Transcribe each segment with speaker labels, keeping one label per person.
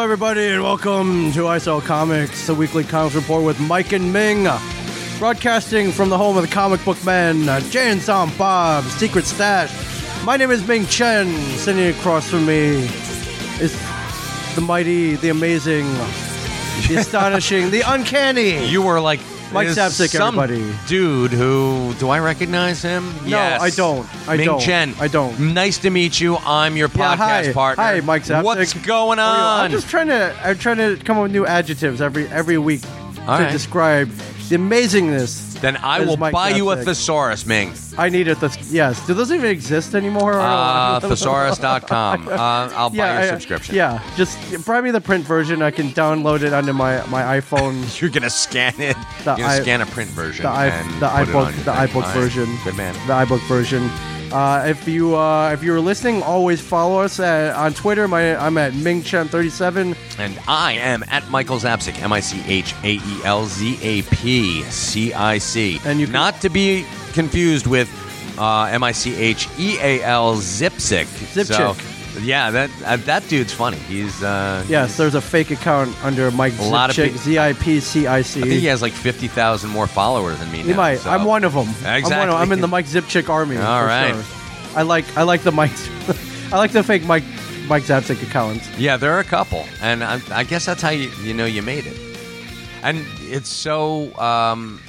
Speaker 1: everybody, and welcome to ISL Comics, the weekly comics report with Mike and Ming. Broadcasting from the home of the comic book men, uh, Jay and Sam Bob, Secret Stash. My name is Ming Chen. Sitting across from me is the mighty, the amazing, the astonishing, the uncanny.
Speaker 2: You were like
Speaker 1: Mike
Speaker 2: there's
Speaker 1: Sapsik,
Speaker 2: some
Speaker 1: everybody.
Speaker 2: Dude, who do I recognize him?
Speaker 1: No,
Speaker 2: Yes.
Speaker 1: I don't. I
Speaker 2: Ming
Speaker 1: don't.
Speaker 2: Chen.
Speaker 1: I don't.
Speaker 2: Nice to meet you. I'm your
Speaker 1: Yeah,
Speaker 2: podcast
Speaker 1: hi.
Speaker 2: partner.
Speaker 1: Hi, Mike Sapsik.
Speaker 2: What's going
Speaker 1: How are you?
Speaker 2: on?
Speaker 1: Oh, I'm just trying to I'm trying to come up with new adjectives every every week
Speaker 2: All
Speaker 1: to
Speaker 2: right.
Speaker 1: describe the amazingness.
Speaker 2: then I
Speaker 1: This is
Speaker 2: will
Speaker 1: Mike
Speaker 2: buy you a
Speaker 1: Sapsik.
Speaker 2: thesaurus, Ming.
Speaker 1: I need a thes- yes. Do those even exist anymore? I don't
Speaker 2: Uh,
Speaker 1: know.
Speaker 2: thesaurus.com. Uh, I'll buy your
Speaker 1: I-
Speaker 2: subscription.
Speaker 1: Yeah, just buy me the print version. I can download it onto my, my iPhone.
Speaker 2: You're gonna scan it.
Speaker 1: The
Speaker 2: You're gonna
Speaker 1: i-
Speaker 2: scan a print version.
Speaker 1: the i
Speaker 2: and
Speaker 1: the
Speaker 2: put it on
Speaker 1: iBook the
Speaker 2: your thing.
Speaker 1: iBook
Speaker 2: All right.
Speaker 1: version.
Speaker 2: Good man.
Speaker 1: The iBook version. Uh, if you uh, if you're listening, always follow us at, on Twitter. My I'm at mingchen37.
Speaker 2: And I am at Michael Zapsik, M I C H A E L Z A P C I C.
Speaker 1: And you can-
Speaker 2: not to be confused with uh, M I C H E A L Zipsik.
Speaker 1: Zipchick.
Speaker 2: So, yeah, that uh, that dude's funny. He's uh,
Speaker 1: Yes, there's a fake account under Mike
Speaker 2: A lot of
Speaker 1: Zipchick,
Speaker 2: pe-
Speaker 1: Z I P C I C. E.
Speaker 2: I think he has like fifty thousand more followers than me.
Speaker 1: He
Speaker 2: now,
Speaker 1: might.
Speaker 2: so-
Speaker 1: I'm one of them. I'm, one of-
Speaker 2: Exactly.
Speaker 1: I'm in the Mike Zipchick army.
Speaker 2: All
Speaker 1: for
Speaker 2: right.
Speaker 1: Sure. I like I like the Mike. I like the fake Mike Mike Zapsik accounts.
Speaker 2: Yeah, there are a couple, and I, I guess that's how you you know you made it. And it's so um,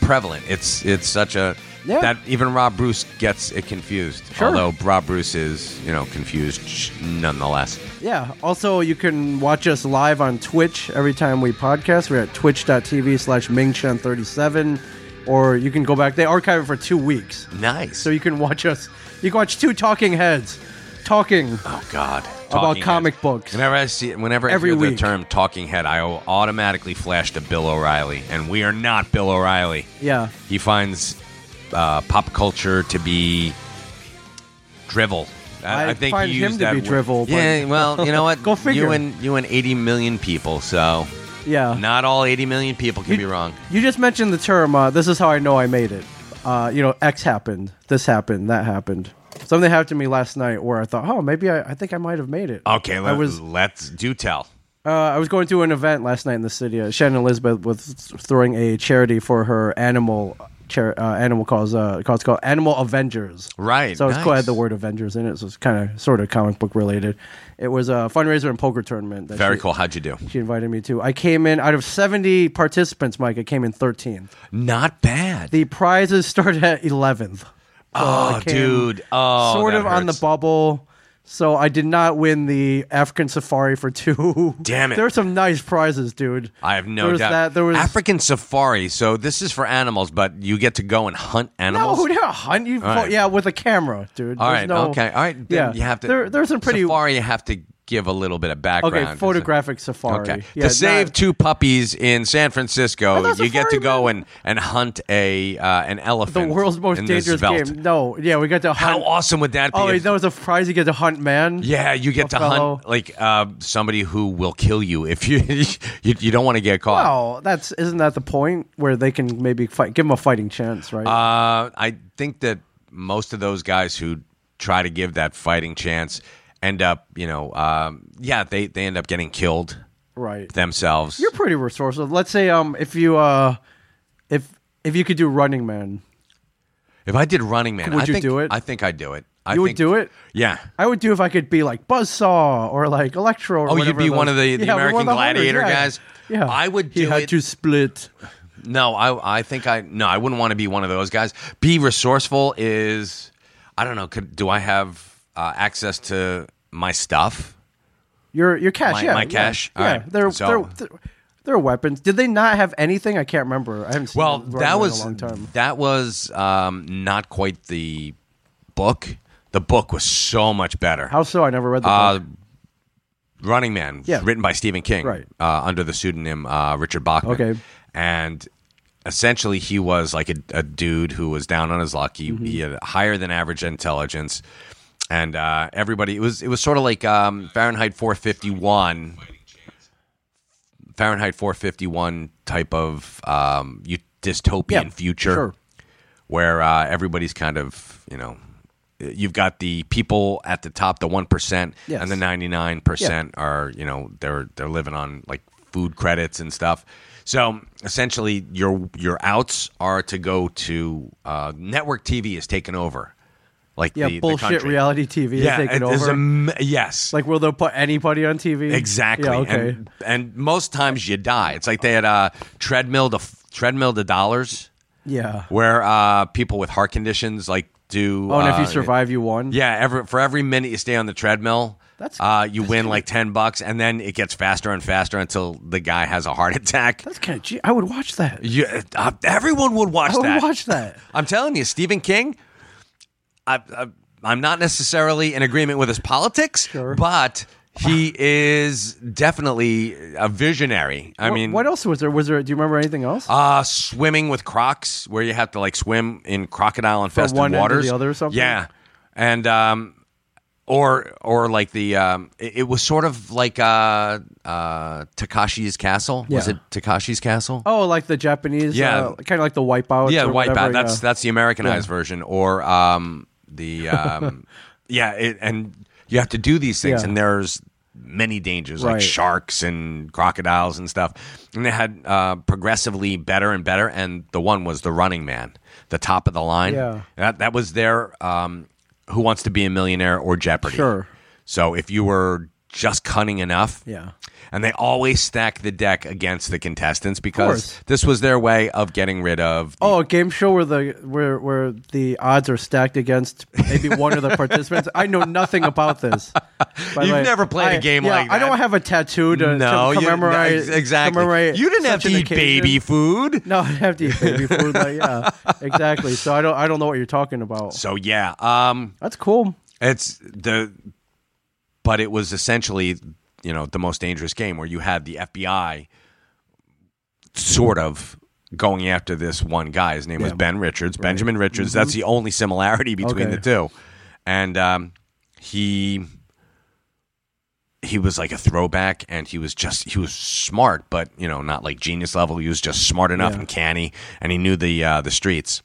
Speaker 2: prevalent. It's it's such a
Speaker 1: Yeah.
Speaker 2: that even Rob Bruce gets it confused.
Speaker 1: Sure.
Speaker 2: Although Rob Bruce is you know confused sh- nonetheless.
Speaker 1: Yeah. Also, you can watch us live on Twitch every time we podcast. We're at twitch.tv slash mingchen37. Or you can go back. They archive it for two weeks.
Speaker 2: Nice.
Speaker 1: So you can watch us. You can watch two talking heads talking
Speaker 2: oh God.
Speaker 1: about
Speaker 2: Talking
Speaker 1: comic
Speaker 2: head.
Speaker 1: books.
Speaker 2: Whenever I see, whenever I
Speaker 1: Every
Speaker 2: hear
Speaker 1: week.
Speaker 2: the term "talking head," I will automatically flash to Bill O'Reilly, and we are not Bill O'Reilly.
Speaker 1: Yeah.
Speaker 2: He finds uh, pop culture to be drivel.
Speaker 1: I find
Speaker 2: he
Speaker 1: him
Speaker 2: used
Speaker 1: to
Speaker 2: that
Speaker 1: be
Speaker 2: word.
Speaker 1: drivel, but-
Speaker 2: Yeah, well, you know what?
Speaker 1: Go figure.
Speaker 2: You and you and 80 million people, so
Speaker 1: Yeah.
Speaker 2: not all 80 million people can be wrong.
Speaker 1: You just mentioned the term. Uh, this is how I know I made it. Uh, you know, X happened. This happened. That happened. Something happened to me last night where I thought, oh, maybe I, I think I might have made it.
Speaker 2: Okay,
Speaker 1: I
Speaker 2: let,
Speaker 1: was
Speaker 2: let's do tell.
Speaker 1: uh, I was going to an event last night in the city. Uh, Shannon Elizabeth was throwing a charity for her animal char- uh, animal cause uh, cause called Animal Avengers.
Speaker 2: Right,
Speaker 1: So it's cool. I had
Speaker 2: nice.
Speaker 1: the word Avengers in it. So it's kind of sort of comic book related. It was a fundraiser and poker tournament. That
Speaker 2: Very
Speaker 1: she-
Speaker 2: cool. How'd you do?
Speaker 1: She invited me to. I came in out of seventy participants, Mike. I came in thirteenth.
Speaker 2: Not bad.
Speaker 1: The prizes started at 11th. So
Speaker 2: oh,
Speaker 1: I came
Speaker 2: dude. Oh,
Speaker 1: sort
Speaker 2: that
Speaker 1: of on the
Speaker 2: hurts.
Speaker 1: bubble. So I did not win the African Safari for two.
Speaker 2: Damn it.
Speaker 1: There were some nice prizes, dude.
Speaker 2: I have no
Speaker 1: there was
Speaker 2: doubt.
Speaker 1: That. There was
Speaker 2: African safari. So this is for animals, but you get to go and hunt
Speaker 1: No,
Speaker 2: animals.
Speaker 1: who did a hunt you?
Speaker 2: All right.
Speaker 1: Yeah, with a camera, dude.
Speaker 2: All
Speaker 1: There's
Speaker 2: right.
Speaker 1: no-
Speaker 2: okay. All right. Then
Speaker 1: yeah.
Speaker 2: You have to.
Speaker 1: There, there's some pretty
Speaker 2: safari. You have to give a little bit of background.
Speaker 1: okay photographic safari.
Speaker 2: Okay.
Speaker 1: Yeah,
Speaker 2: to save
Speaker 1: not-
Speaker 2: two puppies in San Francisco,
Speaker 1: thought
Speaker 2: you get to
Speaker 1: safari
Speaker 2: go and, and hunt a uh, an elephant.
Speaker 1: the world's most
Speaker 2: in the
Speaker 1: dangerous
Speaker 2: Svelte.
Speaker 1: game. No, yeah, we got to
Speaker 2: How
Speaker 1: hunt.
Speaker 2: awesome would that be?
Speaker 1: Oh,
Speaker 2: if-
Speaker 1: that was a prize you get to hunt, man.
Speaker 2: yeah, you get to
Speaker 1: fellow.
Speaker 2: hunt like uh, somebody who will kill you if you you, you don't want to get caught.
Speaker 1: Wow, that's isn't that the point where they can maybe fight, give them a fighting chance, right?
Speaker 2: Uh, I think that most of those guys who try to give that fighting chance end up, you know, um, yeah, they, they end up getting killed
Speaker 1: right.
Speaker 2: themselves.
Speaker 1: You're pretty resourceful. Let's say um if you uh if if you could do Running Man,
Speaker 2: if I did Running Man,
Speaker 1: Would
Speaker 2: I
Speaker 1: you
Speaker 2: think,
Speaker 1: do it?
Speaker 2: I think I'd do it. I
Speaker 1: you would
Speaker 2: think-
Speaker 1: do it.
Speaker 2: Yeah.
Speaker 1: I would do if I could be like Buzzsaw or like Electro. Or
Speaker 2: Oh, you'd
Speaker 1: whatever
Speaker 2: be
Speaker 1: those-
Speaker 2: one of the,
Speaker 1: Yeah,
Speaker 2: the
Speaker 1: be one
Speaker 2: American
Speaker 1: of the hunters,
Speaker 2: Gladiator
Speaker 1: yeah.
Speaker 2: guys.
Speaker 1: Yeah,
Speaker 2: I would
Speaker 1: He
Speaker 2: do
Speaker 1: had
Speaker 2: it.
Speaker 1: to split.
Speaker 2: No, I I think I no, I wouldn't want to be one of those guys. Be resourceful is I don't know, could do I have uh, access to my stuff?
Speaker 1: Your your cash,
Speaker 2: My-
Speaker 1: yeah,
Speaker 2: my
Speaker 1: yeah.
Speaker 2: cash?
Speaker 1: Yeah,
Speaker 2: All right,
Speaker 1: they're,
Speaker 2: so-
Speaker 1: they're they're they're weapons. Did they not have anything? I can't remember. I haven't seen
Speaker 2: Well,
Speaker 1: Running Man
Speaker 2: that
Speaker 1: in
Speaker 2: was
Speaker 1: a long time.
Speaker 2: that was um, not quite the book. The book was so much better.
Speaker 1: How so? I never read the
Speaker 2: Uh,
Speaker 1: book.
Speaker 2: Running Man,
Speaker 1: Yeah.
Speaker 2: written by Stephen King,
Speaker 1: Right.
Speaker 2: uh, under the pseudonym uh, Richard Bachman.
Speaker 1: Okay.
Speaker 2: And essentially, he was like a, a dude who was down on his luck. He,
Speaker 1: Mm-hmm.
Speaker 2: he had higher than average intelligence, and uh, everybody it was it was sort of like um, Fahrenheit 451, Fahrenheit 451 type of um, u- dystopian
Speaker 1: Yeah,
Speaker 2: future
Speaker 1: sure.
Speaker 2: where uh, everybody's kind of you know you've got the people at the top, the one percent,
Speaker 1: Yes.
Speaker 2: and the ninety nine percent are you know they're they're living on like food credits and stuff. So essentially, your your outs are to go to uh, network TV is taken over, like
Speaker 1: Yeah,
Speaker 2: the, the
Speaker 1: bullshit
Speaker 2: country.
Speaker 1: reality TV
Speaker 2: Yeah,
Speaker 1: is taking
Speaker 2: it is
Speaker 1: over.
Speaker 2: am- yes,
Speaker 1: like, will they put anybody on TV?
Speaker 2: Exactly.
Speaker 1: Yeah, okay.
Speaker 2: And, and most times you die. It's like they had uh, treadmill to treadmill to dollars,
Speaker 1: yeah.
Speaker 2: where uh, people with heart conditions like do.
Speaker 1: Oh, and if you
Speaker 2: uh,
Speaker 1: survive, you won.
Speaker 2: yeah, every, for every minute you stay on the treadmill,
Speaker 1: That's-
Speaker 2: uh, you win like ten bucks, and then it gets faster and faster until the guy has a heart attack.
Speaker 1: that's kind of. I would watch that.
Speaker 2: You, uh, everyone would watch
Speaker 1: I would
Speaker 2: that.
Speaker 1: watch that.
Speaker 2: I'm telling you, Stephen King. I, I, I'm not necessarily in agreement with his politics, but he is definitely a visionary. I
Speaker 1: What-
Speaker 2: mean,
Speaker 1: what else was there? Was there? Do you remember anything else?
Speaker 2: Uh, swimming with crocs, where you have to like swim in crocodile infested
Speaker 1: one end to
Speaker 2: waters,
Speaker 1: the other or something?
Speaker 2: Yeah, and um, or or like the um, it, it was sort of like uh, uh, Takashi's castle. Was
Speaker 1: Yeah.
Speaker 2: it Takashi's castle?
Speaker 1: oh, like the Japanese.
Speaker 2: Yeah.
Speaker 1: uh, kind of like the Wipeout.
Speaker 2: yeah,
Speaker 1: or
Speaker 2: Wipeout.
Speaker 1: whatever,
Speaker 2: That's
Speaker 1: yeah.
Speaker 2: that's the Americanized version, or um, the um, yeah, it, and you have to do these things,
Speaker 1: Yeah.
Speaker 2: and there's many dangers
Speaker 1: Right.
Speaker 2: like sharks and crocodiles and stuff. And they had uh, progressively better and better, and the one was the Running Man, the top of the line.
Speaker 1: Yeah.
Speaker 2: that, that was their um, Who Wants to Be a Millionaire or Jeopardy.
Speaker 1: Sure.
Speaker 2: So if you were just cunning enough,
Speaker 1: Yeah.
Speaker 2: and they always stack the deck against the contestants because
Speaker 1: course.
Speaker 2: this was their way of getting rid of
Speaker 1: Oh, a game show where the where where the odds are stacked against maybe one of the participants. I know nothing about this. By the
Speaker 2: You've
Speaker 1: way,
Speaker 2: never played a
Speaker 1: I-
Speaker 2: game
Speaker 1: yeah,
Speaker 2: like
Speaker 1: I don't
Speaker 2: that.
Speaker 1: have a tattoo to, to
Speaker 2: you-
Speaker 1: commemorate
Speaker 2: ex- exactly.
Speaker 1: commemorate
Speaker 2: you didn't have to
Speaker 1: such an
Speaker 2: eat
Speaker 1: occasion.
Speaker 2: baby food.
Speaker 1: No, I have to eat baby food. Like, yeah, exactly. So I don't I don't know what you're talking about.
Speaker 2: So yeah, um,
Speaker 1: That's cool.
Speaker 2: it's the, but it was essentially you know the most dangerous game where you had the FBI sort of going after this one guy. His name was
Speaker 1: Yeah. Mm-hmm.
Speaker 2: Ben Richards, Benjamin Richards. That's the only similarity between
Speaker 1: Okay.
Speaker 2: the two, and um, he he was like a throwback and he was just he was smart but you know not like genius level he was just smart enough
Speaker 1: Yeah.
Speaker 2: and canny and he knew the uh, the streets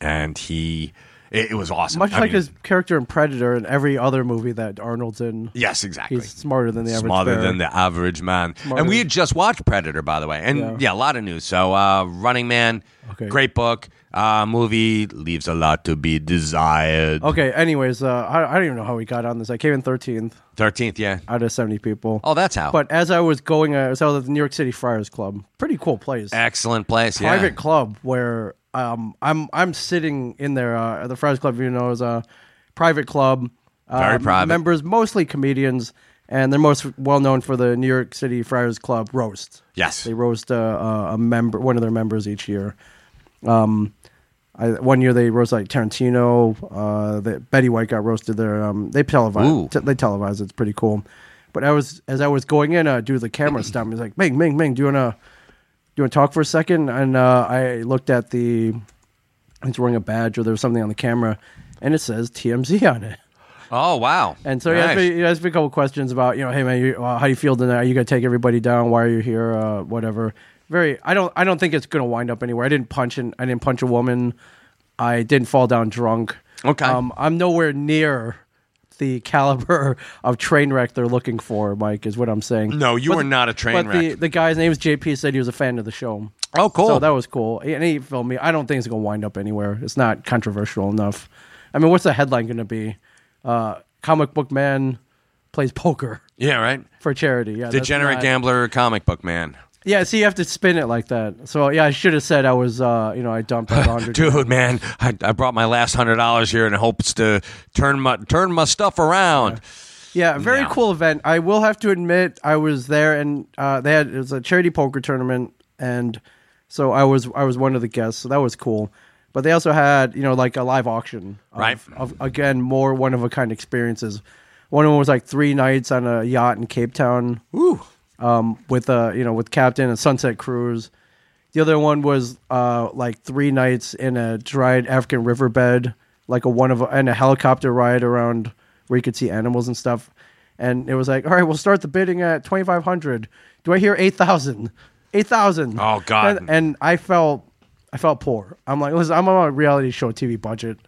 Speaker 2: and he it, it was awesome
Speaker 1: Much
Speaker 2: I
Speaker 1: like
Speaker 2: mean,
Speaker 1: his character in Predator and every other movie that Arnold's in,
Speaker 2: yes exactly
Speaker 1: he's smarter than the average.
Speaker 2: smarter
Speaker 1: bear.
Speaker 2: than the average man and we had just watched predator by the way and
Speaker 1: Yeah.
Speaker 2: yeah, a lot of news so uh, running man
Speaker 1: Okay.
Speaker 2: great book uh, movie leaves a lot to be desired
Speaker 1: Okay. Anyways, uh, I, I don't even know how we got on this. I came in 13th
Speaker 2: 13th yeah
Speaker 1: out of 70 people.
Speaker 2: oh that's how
Speaker 1: But as I was going, uh, I was out at the New York City Friars Club. Pretty cool place.
Speaker 2: excellent place yeah
Speaker 1: Private club where um, I'm I'm sitting in there. Uh, at the Friars Club, you know, is a private club. Uh,
Speaker 2: Very private.
Speaker 1: Members mostly comedians, and they're most well known for the New York City Friars Club roast.
Speaker 2: yes
Speaker 1: They roast a, a, a member, one of their members each year. Um, I, one year they roast like Tarantino. Uh, they, Betty White got roasted there. Um, they
Speaker 2: Ooh.
Speaker 1: televised. T- they televised. it. It's pretty cool. But I was as I was going in, uh, dude, the camera stopped me. He's like, "Ming, Ming, Ming, do you wanna do you wanna talk for a second? And uh, I looked at the it's wearing a badge or there was something on the camera, and it says TMZ on it.
Speaker 2: oh wow
Speaker 1: And so he asked,
Speaker 2: Nice.
Speaker 1: me, he asked me a couple questions about, you know, hey man, you, uh, how you feel tonight? Are you gonna take everybody down? Why are you here? Uh, whatever. Very. I don't. I don't think it's gonna wind up anywhere. I didn't punch an, I didn't punch a woman. I didn't fall down drunk.
Speaker 2: Okay.
Speaker 1: Um, I'm nowhere near the caliber of train wreck they're looking for. Mike is what I'm saying.
Speaker 2: No, you
Speaker 1: But-
Speaker 2: were not a train
Speaker 1: but
Speaker 2: wreck.
Speaker 1: the the guy's name is JP. Said he was a fan of the show.
Speaker 2: oh, cool.
Speaker 1: So that was cool. And he filmed me. I don't think it's going to wind up anywhere. It's not controversial enough. I mean, what's the headline going to be? Uh, comic book man plays poker
Speaker 2: yeah, right.
Speaker 1: for charity. Yeah, that's
Speaker 2: Degenerate
Speaker 1: not-
Speaker 2: gambler, comic book man.
Speaker 1: Yeah, see, you have to spin it like that. So yeah, I should have said I was, uh, you know, I dumped a hundred.
Speaker 2: Dude, man, I, I brought my last hundred dollars here in hopes to turn my turn my stuff around.
Speaker 1: Yeah, very
Speaker 2: No.
Speaker 1: cool event. I will have to admit, I was there, and uh, they had it was a charity poker tournament, and so I was I was one of the guests, so that was cool. But they also had you know like a live auction, of,
Speaker 2: Right.
Speaker 1: Of again more one of a kind experiences. One of them was like three nights on a yacht in Cape Town
Speaker 2: Woo.
Speaker 1: um, with a you know with Captain and Sunset Cruise. The other one was uh, like three nights in a dried African riverbed, like a one of and a helicopter ride around where you could see animals and stuff. And it was like, all right, we'll start the bidding at twenty five hundred. Do I hear eight thousand? Eight thousand.
Speaker 2: Oh, God.
Speaker 1: And, and I felt, I felt poor. I'm like, listen, I'm on a reality show TV budget.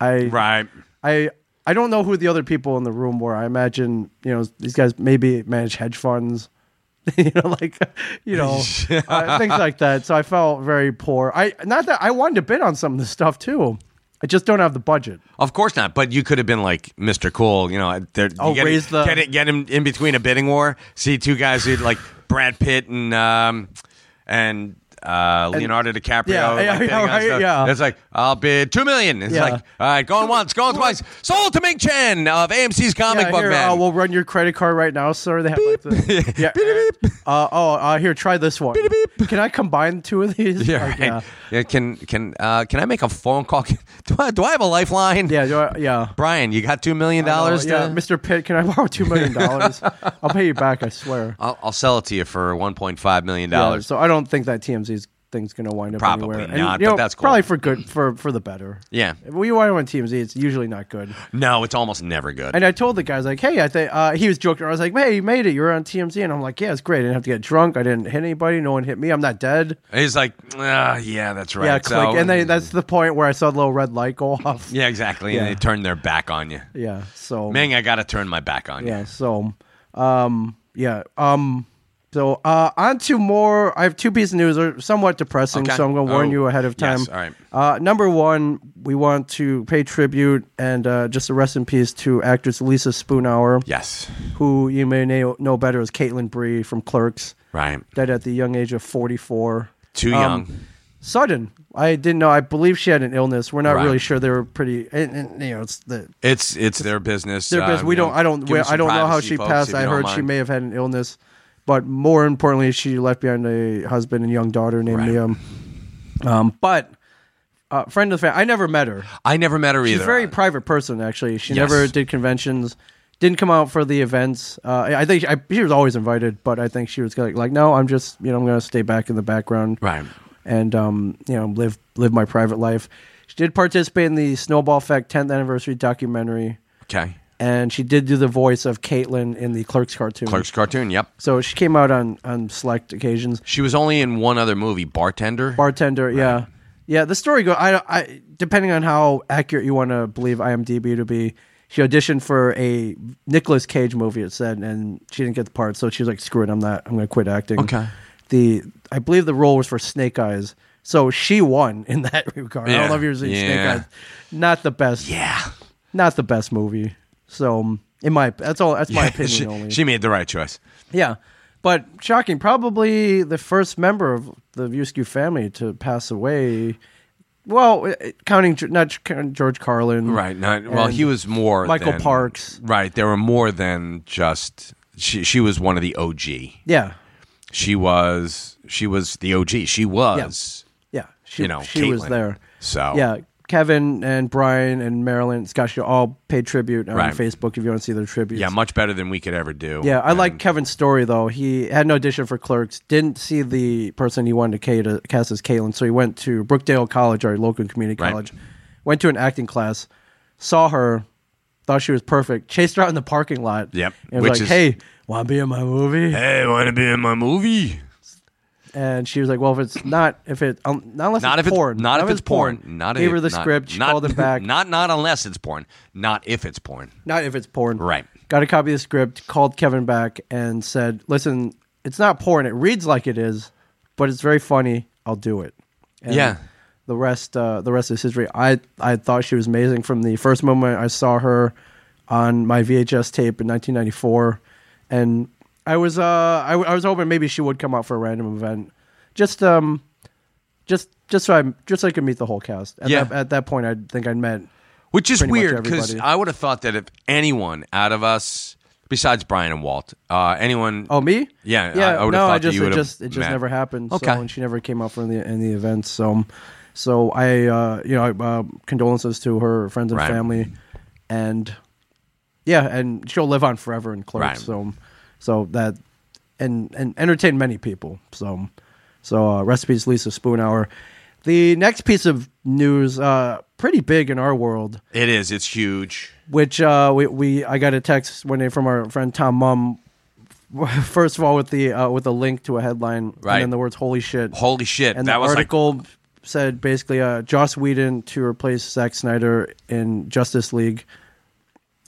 Speaker 1: I
Speaker 2: Right.
Speaker 1: I I don't know who the other people in the room were. I imagine you know these guys maybe manage hedge funds, you know, like you know uh, things like that. So I felt very poor. I not that I wanted to bid on some of this stuff too. I just don't have the budget.
Speaker 2: Of course not. But you could have been like Mr. Cool. You know, there, you
Speaker 1: Oh,
Speaker 2: get,
Speaker 1: raise the-
Speaker 2: get it, get him in between a bidding war. See two guys who like Brad Pitt and um and. Uh, Leonardo DiCaprio.
Speaker 1: yeah,
Speaker 2: like,
Speaker 1: yeah,
Speaker 2: bidding on
Speaker 1: right,
Speaker 2: stuff.
Speaker 1: yeah.
Speaker 2: It's like, I'll bid two million. It's
Speaker 1: Yeah.
Speaker 2: like, all right, going once, going twice. Sold to Ming Chen of AMC's Comic
Speaker 1: Yeah,
Speaker 2: Book
Speaker 1: here,
Speaker 2: Man.
Speaker 1: uh, we'll run your credit card right now, sir. They have like the, yeah. Uh, oh, uh, here, try this one. Can I combine two of these?
Speaker 2: Yeah,
Speaker 1: Like,
Speaker 2: right. Yeah, can can uh, can I make a phone call? Do I, do I have a lifeline?
Speaker 1: yeah, yeah, do I- yeah.
Speaker 2: Brian, you got two million dollars?
Speaker 1: Uh, yeah,
Speaker 2: to-
Speaker 1: Mr. Pitt, can I borrow two million dollars? I'll pay you back. I swear.
Speaker 2: I'll, I'll sell it to you for one point five million
Speaker 1: Yeah,
Speaker 2: dollars.
Speaker 1: so I don't think that TMZ's thing's going to wind up
Speaker 2: Probably
Speaker 1: anywhere.
Speaker 2: not,
Speaker 1: you
Speaker 2: but that's cool.
Speaker 1: probably for good for for the better.
Speaker 2: Yeah.
Speaker 1: If we wind up on TMZ, it's usually not good.
Speaker 2: No, it's almost never good.
Speaker 1: And I told the guys like, hey, I think uh, he was joking. I was like, hey, you made it. You're on TMZ, and I'm like, yeah, it's great. I didn't have to get drunk. I didn't hit anybody. No one hit me. I'm not dead.
Speaker 2: He's like, ah, yeah, that's right.
Speaker 1: Yeah, click.
Speaker 2: So-
Speaker 1: and they, that's the point where I saw the little red light go off.
Speaker 2: yeah, exactly. And
Speaker 1: Yeah.
Speaker 2: they turn their back on you.
Speaker 1: Yeah. So
Speaker 2: Ming, I gotta turn my back on
Speaker 1: yeah.
Speaker 2: you.
Speaker 1: So um yeah um so uh on to more. I have two pieces of news. They're somewhat depressing,
Speaker 2: Okay.
Speaker 1: so I'm going to warn
Speaker 2: Oh,
Speaker 1: you ahead of time.
Speaker 2: yes, all right.
Speaker 1: Uh, number one, we want to pay tribute and uh, just a rest in peace to actress Lisa Spoonhour,
Speaker 2: Yes,
Speaker 1: who you may na- know better as Caitlin Bree from Clerks,
Speaker 2: right.
Speaker 1: died at the young age of 44. Um,
Speaker 2: Too young.
Speaker 1: sudden. I didn't know. I believe she had an illness. We're not
Speaker 2: Right.
Speaker 1: really sure. They were pretty, and, and, you know, it's the
Speaker 2: It's it's their business.
Speaker 1: their
Speaker 2: um,
Speaker 1: best. We
Speaker 2: you know,
Speaker 1: don't. I don't.
Speaker 2: give
Speaker 1: we-
Speaker 2: them some
Speaker 1: I don't know how
Speaker 2: privacy,
Speaker 1: she
Speaker 2: folks,
Speaker 1: passed.
Speaker 2: if you
Speaker 1: I
Speaker 2: don't
Speaker 1: heard she
Speaker 2: mind.
Speaker 1: may have had an illness, but more importantly, she left behind a husband and young daughter named
Speaker 2: Right.
Speaker 1: Liam. Um, but uh, friend of the family. I never met her.
Speaker 2: I never met her
Speaker 1: She's
Speaker 2: either.
Speaker 1: a very private person. Actually, she
Speaker 2: Yes.
Speaker 1: never did conventions. Didn't come out for the events. Uh, I think I, she was always invited, but I think she was like, like, no, I'm just, you know, I'm going to stay back in the background
Speaker 2: right.
Speaker 1: and um, you know live live my private life. She did participate in the Snowball Effect 10th anniversary documentary,
Speaker 2: Okay.
Speaker 1: and she did do the voice of Caitlin in the Clerks cartoon.
Speaker 2: Clerk's cartoon. Yep.
Speaker 1: So she came out on on select occasions.
Speaker 2: She was only in one other movie, Bartender.
Speaker 1: Bartender, yeah, yeah. The story goes. I, I depending on how accurate you want to believe IMDb to be. She auditioned for a Nicolas Cage movie. It said, and she didn't get the part, so she was like, "Screw it, I'm not. I'm going to quit acting."
Speaker 2: Okay.
Speaker 1: The I believe the role was for Snake Eyes, so she won in that regard. I don't
Speaker 2: Yeah.
Speaker 1: know if you're seeing
Speaker 2: Yeah.
Speaker 1: Snake Eyes. Not the best.
Speaker 2: yeah.
Speaker 1: Not the best movie. So um, in my that's all. That's my opinion.
Speaker 2: she,
Speaker 1: only.
Speaker 2: she made the right choice.
Speaker 1: Yeah. But shocking, probably the first member of the Vuskew family to pass away. Well, eh, eh, counting Ge- not counting George Carlin,
Speaker 2: Right. Not, well,
Speaker 1: And
Speaker 2: he was more
Speaker 1: Michael
Speaker 2: than-
Speaker 1: Parks.
Speaker 2: Right. There were more than just she. She was one of the OG.
Speaker 1: Yeah,
Speaker 2: She was. She was the OG. She was.
Speaker 1: yeah. She,
Speaker 2: You know,
Speaker 1: she was
Speaker 2: Caitlyn.
Speaker 1: there.
Speaker 2: So
Speaker 1: Yeah, Kevin and Brian and Marilyn Scott all paid tribute on
Speaker 2: Right.
Speaker 1: Facebook if you want to see their tributes.
Speaker 2: Yeah, much better than we could ever do.
Speaker 1: Yeah, I like
Speaker 2: And
Speaker 1: Kevin's story though. He had an audition for Clerks, didn't see the person he wanted to ca- to cast as Caitlin, so he went to Brookdale College, our local community
Speaker 2: Right.
Speaker 1: college. Went to an acting class, saw her, thought she was perfect, chased her out in the parking lot.
Speaker 2: Yep,
Speaker 1: and was
Speaker 2: which
Speaker 1: like,
Speaker 2: is- Eh.
Speaker 1: "Hey, want to be in my movie?"
Speaker 2: Hey, want to be in my movie?
Speaker 1: And she was like, "Well, if it's not, if it, um, not unless
Speaker 2: Not
Speaker 1: it's
Speaker 2: if it's
Speaker 1: porn,
Speaker 2: Not if it's porn. Not
Speaker 1: gave
Speaker 2: if,
Speaker 1: her the
Speaker 2: not-
Speaker 1: script, she
Speaker 2: not,
Speaker 1: called it back.
Speaker 2: Not not unless it's porn. Not if it's porn.
Speaker 1: Not if it's porn.
Speaker 2: Right.
Speaker 1: Got a copy of the script, called Kevin back and said, Listen, it's not porn. It reads like it is, but it's very funny. I'll do it. And
Speaker 2: Yeah.
Speaker 1: The rest uh, the rest is history. I, I thought she was amazing from the first moment I saw her on my VHS tape in 1994. And I was uh I, w- I was hoping maybe she would come out for a random event. Just um just just so I just so I could meet the whole cast. At
Speaker 2: Yeah.
Speaker 1: that, at that point I think I'd met
Speaker 2: Which is
Speaker 1: pretty much
Speaker 2: weird because
Speaker 1: everybody.
Speaker 2: I would have thought that if anyone out of us, besides Brian and Walt, uh, anyone
Speaker 1: Oh, me?
Speaker 2: Yeah, I-
Speaker 1: yeah.
Speaker 2: I would've
Speaker 1: no,
Speaker 2: thought
Speaker 1: I
Speaker 2: that
Speaker 1: just
Speaker 2: you
Speaker 1: it
Speaker 2: would've
Speaker 1: just it just
Speaker 2: met.
Speaker 1: never happened.
Speaker 2: Okay.
Speaker 1: so, and she never came out for the in the events. So, so I uh, you know uh, condolences to her friends and
Speaker 2: Right.
Speaker 1: family, and yeah, and she'll live on forever in Clerks.
Speaker 2: Right.
Speaker 1: So, so that and and entertain many people. So, so uh, recipes Lisa Spoonhour. The next piece of news, uh, pretty big in our world
Speaker 2: it is. It's huge.
Speaker 1: which uh, we, we I got a text one day from our friend Tom Mum. First of all, with the uh, with a link to a headline,
Speaker 2: Right.
Speaker 1: and then the words "Holy shit,"
Speaker 2: Holy shit!
Speaker 1: and
Speaker 2: that
Speaker 1: the
Speaker 2: was like
Speaker 1: article said basically uh, Joss Whedon to replace Zack Snyder in Justice League.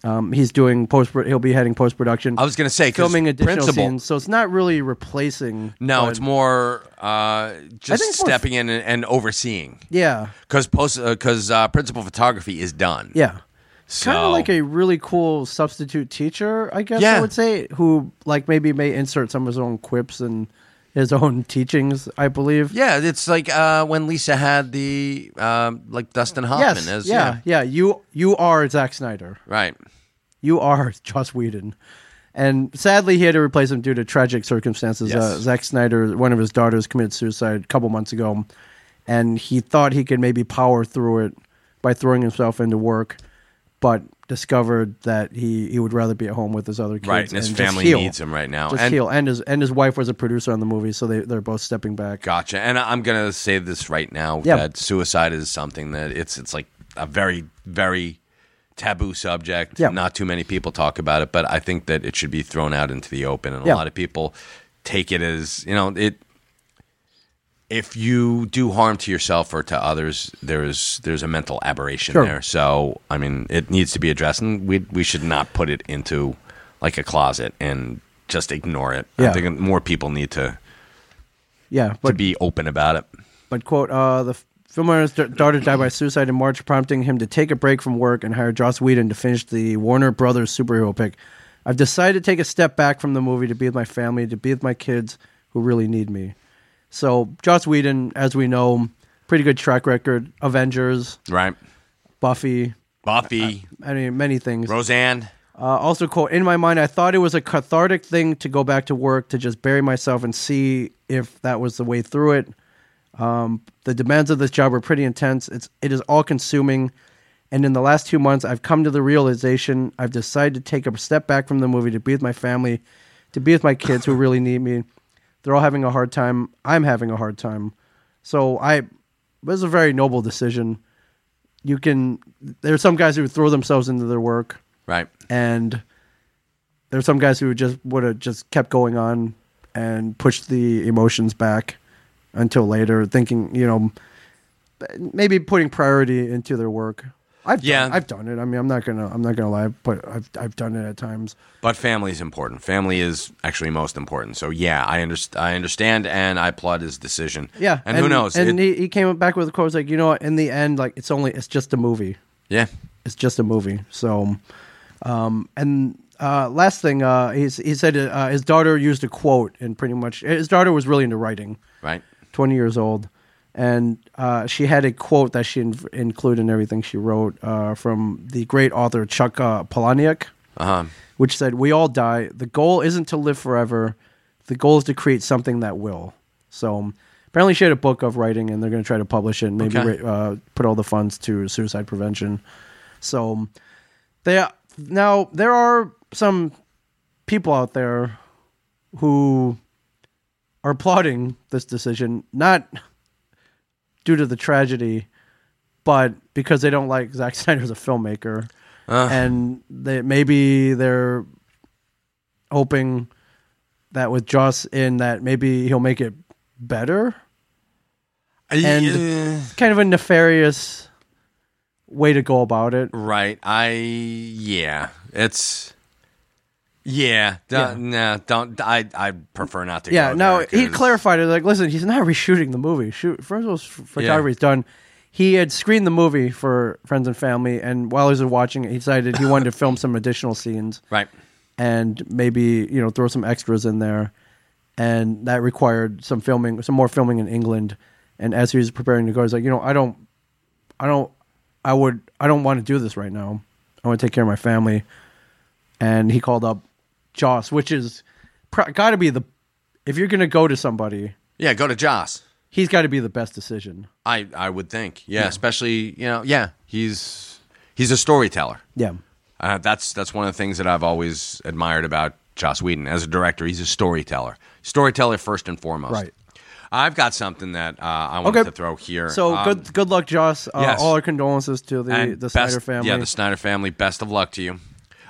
Speaker 1: Um, he's doing post. He'll be heading post production.
Speaker 2: I was gonna say 'cause
Speaker 1: filming additional
Speaker 2: principal-
Speaker 1: scenes, so it's not really replacing.
Speaker 2: No,
Speaker 1: but-
Speaker 2: it's more uh, just
Speaker 1: it's more-
Speaker 2: stepping in and, and overseeing
Speaker 1: yeah,
Speaker 2: because post because uh, principal photography is done.
Speaker 1: yeah. Kind
Speaker 2: So-
Speaker 1: of like a really cool substitute teacher, I guess I
Speaker 2: Yeah.
Speaker 1: would say, who like maybe may insert some of his own quips and his own teachings. I believe.
Speaker 2: Yeah, it's like uh, when Lisa had the um, like Dustin Hoffman
Speaker 1: yes.
Speaker 2: as
Speaker 1: yeah, yeah. You you are Zack Snyder.
Speaker 2: right.
Speaker 1: You are Joss Whedon. And sadly, he had to replace him due to tragic circumstances.
Speaker 2: Yes.
Speaker 1: Uh, Zack Snyder, one of his daughters, committed suicide a couple months ago, and he thought he could maybe power through it by throwing himself into work, but discovered that he, he would rather be at home with his other kids.
Speaker 2: Right, and his
Speaker 1: just
Speaker 2: family
Speaker 1: heal.
Speaker 2: needs him right now.
Speaker 1: Just
Speaker 2: And-
Speaker 1: heal. And his and his wife was a producer on the movie, so they they're both stepping back.
Speaker 2: Gotcha. And I- I'm gonna say this right now
Speaker 1: Yeah.
Speaker 2: that suicide is something that it's it's like a very very taboo subject.
Speaker 1: Yeah.
Speaker 2: Not too many people talk about it, but I think that it should be thrown out into the open, and
Speaker 1: Yeah.
Speaker 2: a lot of people take it as you know it. If you do harm to yourself or to others, there's there's a mental aberration
Speaker 1: Sure.
Speaker 2: there. So I mean, it needs to be addressed, and we we should not put it into like a closet and just ignore it.
Speaker 1: Yeah.
Speaker 2: I think more people need to
Speaker 1: Yeah,
Speaker 2: to
Speaker 1: but
Speaker 2: be open about it.
Speaker 1: But quote, uh, the filmmaker's da- daughter died by suicide in March, prompting him to take a break from work and hire Joss Whedon to finish the Warner Brothers superhero pick. I've decided to take a step back from the movie to be with my family, to be with my kids who really need me. So Joss Whedon, as we know, pretty good track record. Avengers,
Speaker 2: Right. Uh,
Speaker 1: Buffy,
Speaker 2: Buffy,
Speaker 1: I mean many things.
Speaker 2: Roseanne.
Speaker 1: Uh, also, quote, in my mind, I thought it was a cathartic thing to go back to work, to just bury myself and see if that was the way through it. Um, the demands of this job were pretty intense. It's it is all consuming, and in the last two months, I've come to the realization I've decided to take a step back from the movie to be with my family, to be with my kids who really need me. They're all having a hard time. I'm having a hard time, so I. It was a very noble decision. You can. There's some guys who throw themselves into their work
Speaker 2: Right.
Speaker 1: and there's some guys who just would have just kept going on and pushed the emotions back until later, thinking you know maybe putting priority into their work. I've
Speaker 2: Yeah.
Speaker 1: done, I've done it. I mean, I'm not gonna I'm not gonna lie, but I've I've done it at times.
Speaker 2: But family is important. Family is actually most important. So yeah, I underst- I understand and I applaud his decision.
Speaker 1: Yeah,
Speaker 2: And, who knows?
Speaker 1: And
Speaker 2: It-
Speaker 1: he, he came back with a quote like, you know, what? in the end, like it's only it's just a movie.
Speaker 2: yeah.
Speaker 1: it's just a movie. So, um, and uh, last thing, uh, he's, he said uh, his daughter used a quote, and pretty much his daughter was really into writing,
Speaker 2: Right.
Speaker 1: 20 years old. And uh, she had a quote that she inv- included in everything she wrote uh, from the great author Chuck uh, Palahniuk,
Speaker 2: Uh huh.
Speaker 1: which said, "We all die. The goal isn't to live forever. The goal is to create something that will." So um, apparently, she had a book of writing, and they're going to try to publish it. and Maybe
Speaker 2: Okay.
Speaker 1: ra- uh, put all the funds to suicide prevention. So um, they now there are some people out there who are applauding this decision, not due to the tragedy, but because they don't like Zack Snyder as a filmmaker, and they, maybe they're hoping that with Joss in that maybe he'll make it better. And- Kind of a nefarious way to go about it.
Speaker 2: right. I yeah. It's yeah. Don't, No. Don't. I. I prefer not to.
Speaker 1: Yeah,
Speaker 2: go
Speaker 1: no,
Speaker 2: there
Speaker 1: he
Speaker 2: 'cause-
Speaker 1: clarified it. Like, listen, he's not reshooting the movie. Shoot, first of all, photography's done. He had screened the movie for friends and family, and while he was watching it, he decided he wanted to film some additional scenes
Speaker 2: Right.
Speaker 1: and maybe you know throw some extras in there. And that required some filming, some more filming in England. And as he was preparing to go, he's like, you know, I don't, I don't, I would, I don't want to do this right now. I want to take care of my family. And he called up Joss, which is pro- got to be the if you're going to go to somebody,
Speaker 2: Yeah. Go to Joss.
Speaker 1: he's got to be the best decision.
Speaker 2: I. I would think. yeah. Especially you know. Yeah. He's he's a storyteller.
Speaker 1: Yeah.
Speaker 2: Uh, that's that's one of the things that I've always admired about Joss Whedon as a director. He's a storyteller, storyteller first and foremost.
Speaker 1: Right.
Speaker 2: I've got something that uh, I wanted
Speaker 1: Okay.
Speaker 2: to throw here.
Speaker 1: So
Speaker 2: Um,
Speaker 1: good good luck, Joss. Uh,
Speaker 2: yes.
Speaker 1: All our condolences to the
Speaker 2: and
Speaker 1: the
Speaker 2: best-
Speaker 1: Snyder family.
Speaker 2: Yeah, the Snyder family. Best of luck to you.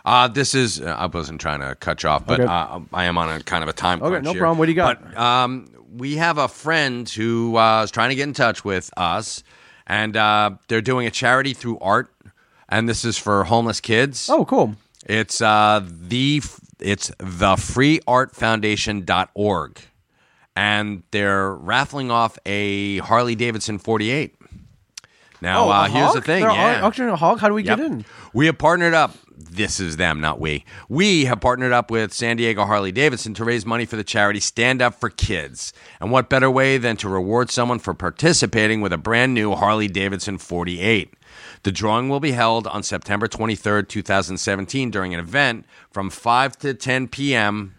Speaker 2: Uh, this is uh, I wasn't trying to cut you off, but
Speaker 1: Okay.
Speaker 2: uh, I am on a kind of a time.
Speaker 1: Okay,
Speaker 2: crunch
Speaker 1: no
Speaker 2: here.
Speaker 1: problem. What do you got?
Speaker 2: But, um, we have a friend who uh, is trying to get in touch with us, and uh, they're doing a charity through art, and this is for homeless kids.
Speaker 1: Oh, cool.
Speaker 2: It's uh the it's the freeartfoundation.org and they're raffling off a Harley Davidson 48. Now,
Speaker 1: oh,
Speaker 2: uh,
Speaker 1: a
Speaker 2: here's the
Speaker 1: hog?
Speaker 2: thing.
Speaker 1: They're
Speaker 2: yeah.
Speaker 1: au- auctioning a hog. How do we
Speaker 2: Yep.
Speaker 1: get in?
Speaker 2: We have partnered up. This is them, not we. We have partnered up with San Diego Harley Davidson to raise money for the charity Stand Up for Kids. And what better way than to reward someone for participating with a brand new Harley Davidson 48? The drawing will be held on September 23rd, 2017, during an event from 5 to 10 p.m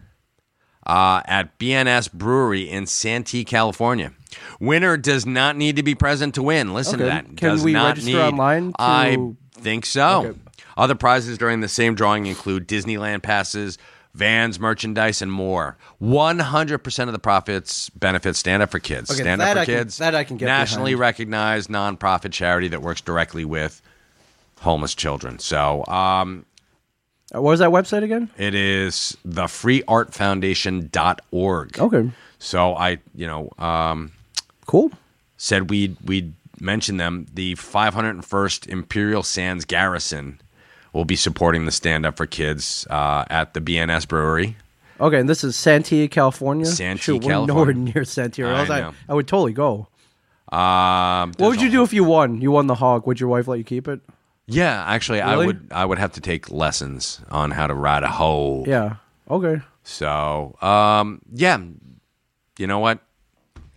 Speaker 2: uh, at BNS Brewery in Santee, California. Winner does not need to be present to win. Listen to
Speaker 1: Okay.
Speaker 2: that.
Speaker 1: Can
Speaker 2: Does
Speaker 1: we
Speaker 2: not
Speaker 1: register
Speaker 2: need-
Speaker 1: online to-
Speaker 2: I think so.
Speaker 1: Okay.
Speaker 2: Other prizes during the same drawing include Disneyland passes, vans, merchandise, and more. One hundred percent of the profits benefit Stand Up for Kids.
Speaker 1: Okay,
Speaker 2: Stand
Speaker 1: that
Speaker 2: Up
Speaker 1: I
Speaker 2: for
Speaker 1: can-
Speaker 2: Kids,
Speaker 1: that I can get
Speaker 2: nationally
Speaker 1: behind.
Speaker 2: recognized nonprofit charity that works directly with homeless children. So um,
Speaker 1: Uh, What was that website again?
Speaker 2: it is thefreeartfoundation.org.
Speaker 1: Okay.
Speaker 2: So I, you know, um,
Speaker 1: Cool.
Speaker 2: said we'd we'd mention them. The 501st Imperial Sands Garrison will be supporting the Stand Up for Kids uh, at the BNS Brewery.
Speaker 1: Okay, and this is Santee, California.
Speaker 2: Santee,
Speaker 1: Shoot, we're
Speaker 2: California.
Speaker 1: nowhere near Santee. Or
Speaker 2: I
Speaker 1: else I, I,
Speaker 2: know.
Speaker 1: would totally go.
Speaker 2: Um,
Speaker 1: What would you do if you won? You won the hog. Would your wife let you keep it?
Speaker 2: Yeah, actually, I
Speaker 1: Really?
Speaker 2: would. I would have to take lessons on how to ride a hoe.
Speaker 1: Yeah. Okay.
Speaker 2: So, um, yeah, you know what?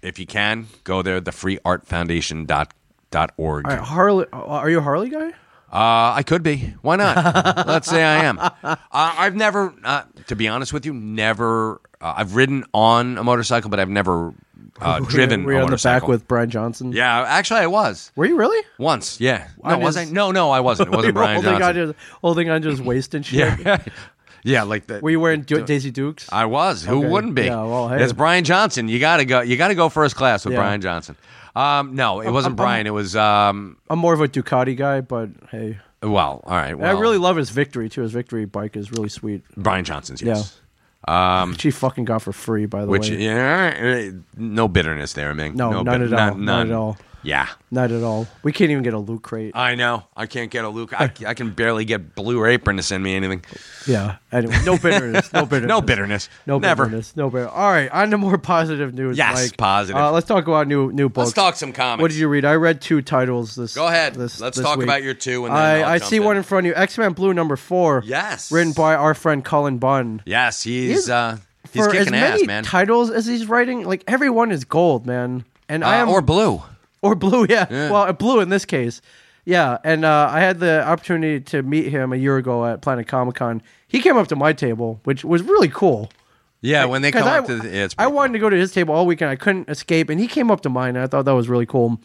Speaker 2: If you can, go there. The freeartfoundation dot dot org.
Speaker 1: All right, Harley. uh, Are you a Harley guy?
Speaker 2: Uh, I could be. Why not? Let's say I am. Uh, I've never, uh, to be honest with you, never. Uh, I've ridden on a motorcycle, but I've never uh, driven
Speaker 1: We're
Speaker 2: a
Speaker 1: on the back
Speaker 2: motorcycle.
Speaker 1: with Brian Johnson.
Speaker 2: Yeah, actually, I was
Speaker 1: Were you really?
Speaker 2: once. Yeah,
Speaker 1: I
Speaker 2: no, was I?
Speaker 1: just-
Speaker 2: No, no, I wasn't. It
Speaker 1: You were
Speaker 2: wasn't Brian
Speaker 1: holding
Speaker 2: Johnson.
Speaker 1: On to, holding on to his waist and shit.
Speaker 2: Yeah, Uh, yeah, like that.
Speaker 1: Were you wearing Du- Daisy Dukes?
Speaker 2: I was. Who
Speaker 1: Okay.
Speaker 2: wouldn't be?
Speaker 1: Yeah, well, hey.
Speaker 2: It's Brian Johnson. You gotta go. You gotta go first class with
Speaker 1: Yeah.
Speaker 2: Brian Johnson. Um, no, it wasn't Brian. it was um.
Speaker 1: I'm more of a Ducati guy, but hey,
Speaker 2: Well, all right.
Speaker 1: And
Speaker 2: Well,
Speaker 1: I really love his victory too. His victory bike is really sweet.
Speaker 2: Brian Johnson's.
Speaker 1: Yeah.
Speaker 2: Yes.
Speaker 1: Which he fucking got for free, by the
Speaker 2: Mm. Which
Speaker 1: way.
Speaker 2: yeah, eh, no bitterness there, man.
Speaker 1: No, none
Speaker 2: bit-
Speaker 1: at all. None at all.
Speaker 2: Yeah,
Speaker 1: Not at all. We can't even get a loot crate.
Speaker 2: I know. I can't get a Luke. I, I can barely get Blue Apron to send me anything.
Speaker 1: yeah. Anyway, no bitterness. No bitterness.
Speaker 2: No bitterness.
Speaker 1: No
Speaker 2: Never.
Speaker 1: bitterness. No bitterness. All right. On to more positive news.
Speaker 2: Yes,
Speaker 1: Mike.
Speaker 2: positive.
Speaker 1: Uh, let's talk about new new books.
Speaker 2: Let's talk some comics.
Speaker 1: What did you read? I read two titles this.
Speaker 2: Go ahead.
Speaker 1: this-
Speaker 2: Let's
Speaker 1: this
Speaker 2: talk
Speaker 1: week.
Speaker 2: about your two and then I'll
Speaker 1: I, I
Speaker 2: jump
Speaker 1: see
Speaker 2: in.
Speaker 1: one in front of you. X Men Blue number four.
Speaker 2: Yes.
Speaker 1: Written by our friend Colin Bunn.
Speaker 2: Yes, he's
Speaker 1: He's-
Speaker 2: uh, he's
Speaker 1: For as
Speaker 2: kicking
Speaker 1: many
Speaker 2: ass, man. Uh,
Speaker 1: titles as he's writing, like everyone is gold, man. And I
Speaker 2: Uh,
Speaker 1: am
Speaker 2: or Blue.
Speaker 1: or blue yeah, well uh, blue in this case yeah and uh, i had the opportunity to meet him a year ago at planet comic-con he came up to my table which was really cool
Speaker 2: Yeah, when they
Speaker 1: 'Cause
Speaker 2: come
Speaker 1: I,
Speaker 2: up to the, yeah, it's
Speaker 1: I
Speaker 2: pretty
Speaker 1: wanted to go to his table all weekend i couldn't escape and he came up to mine and i thought that was really cool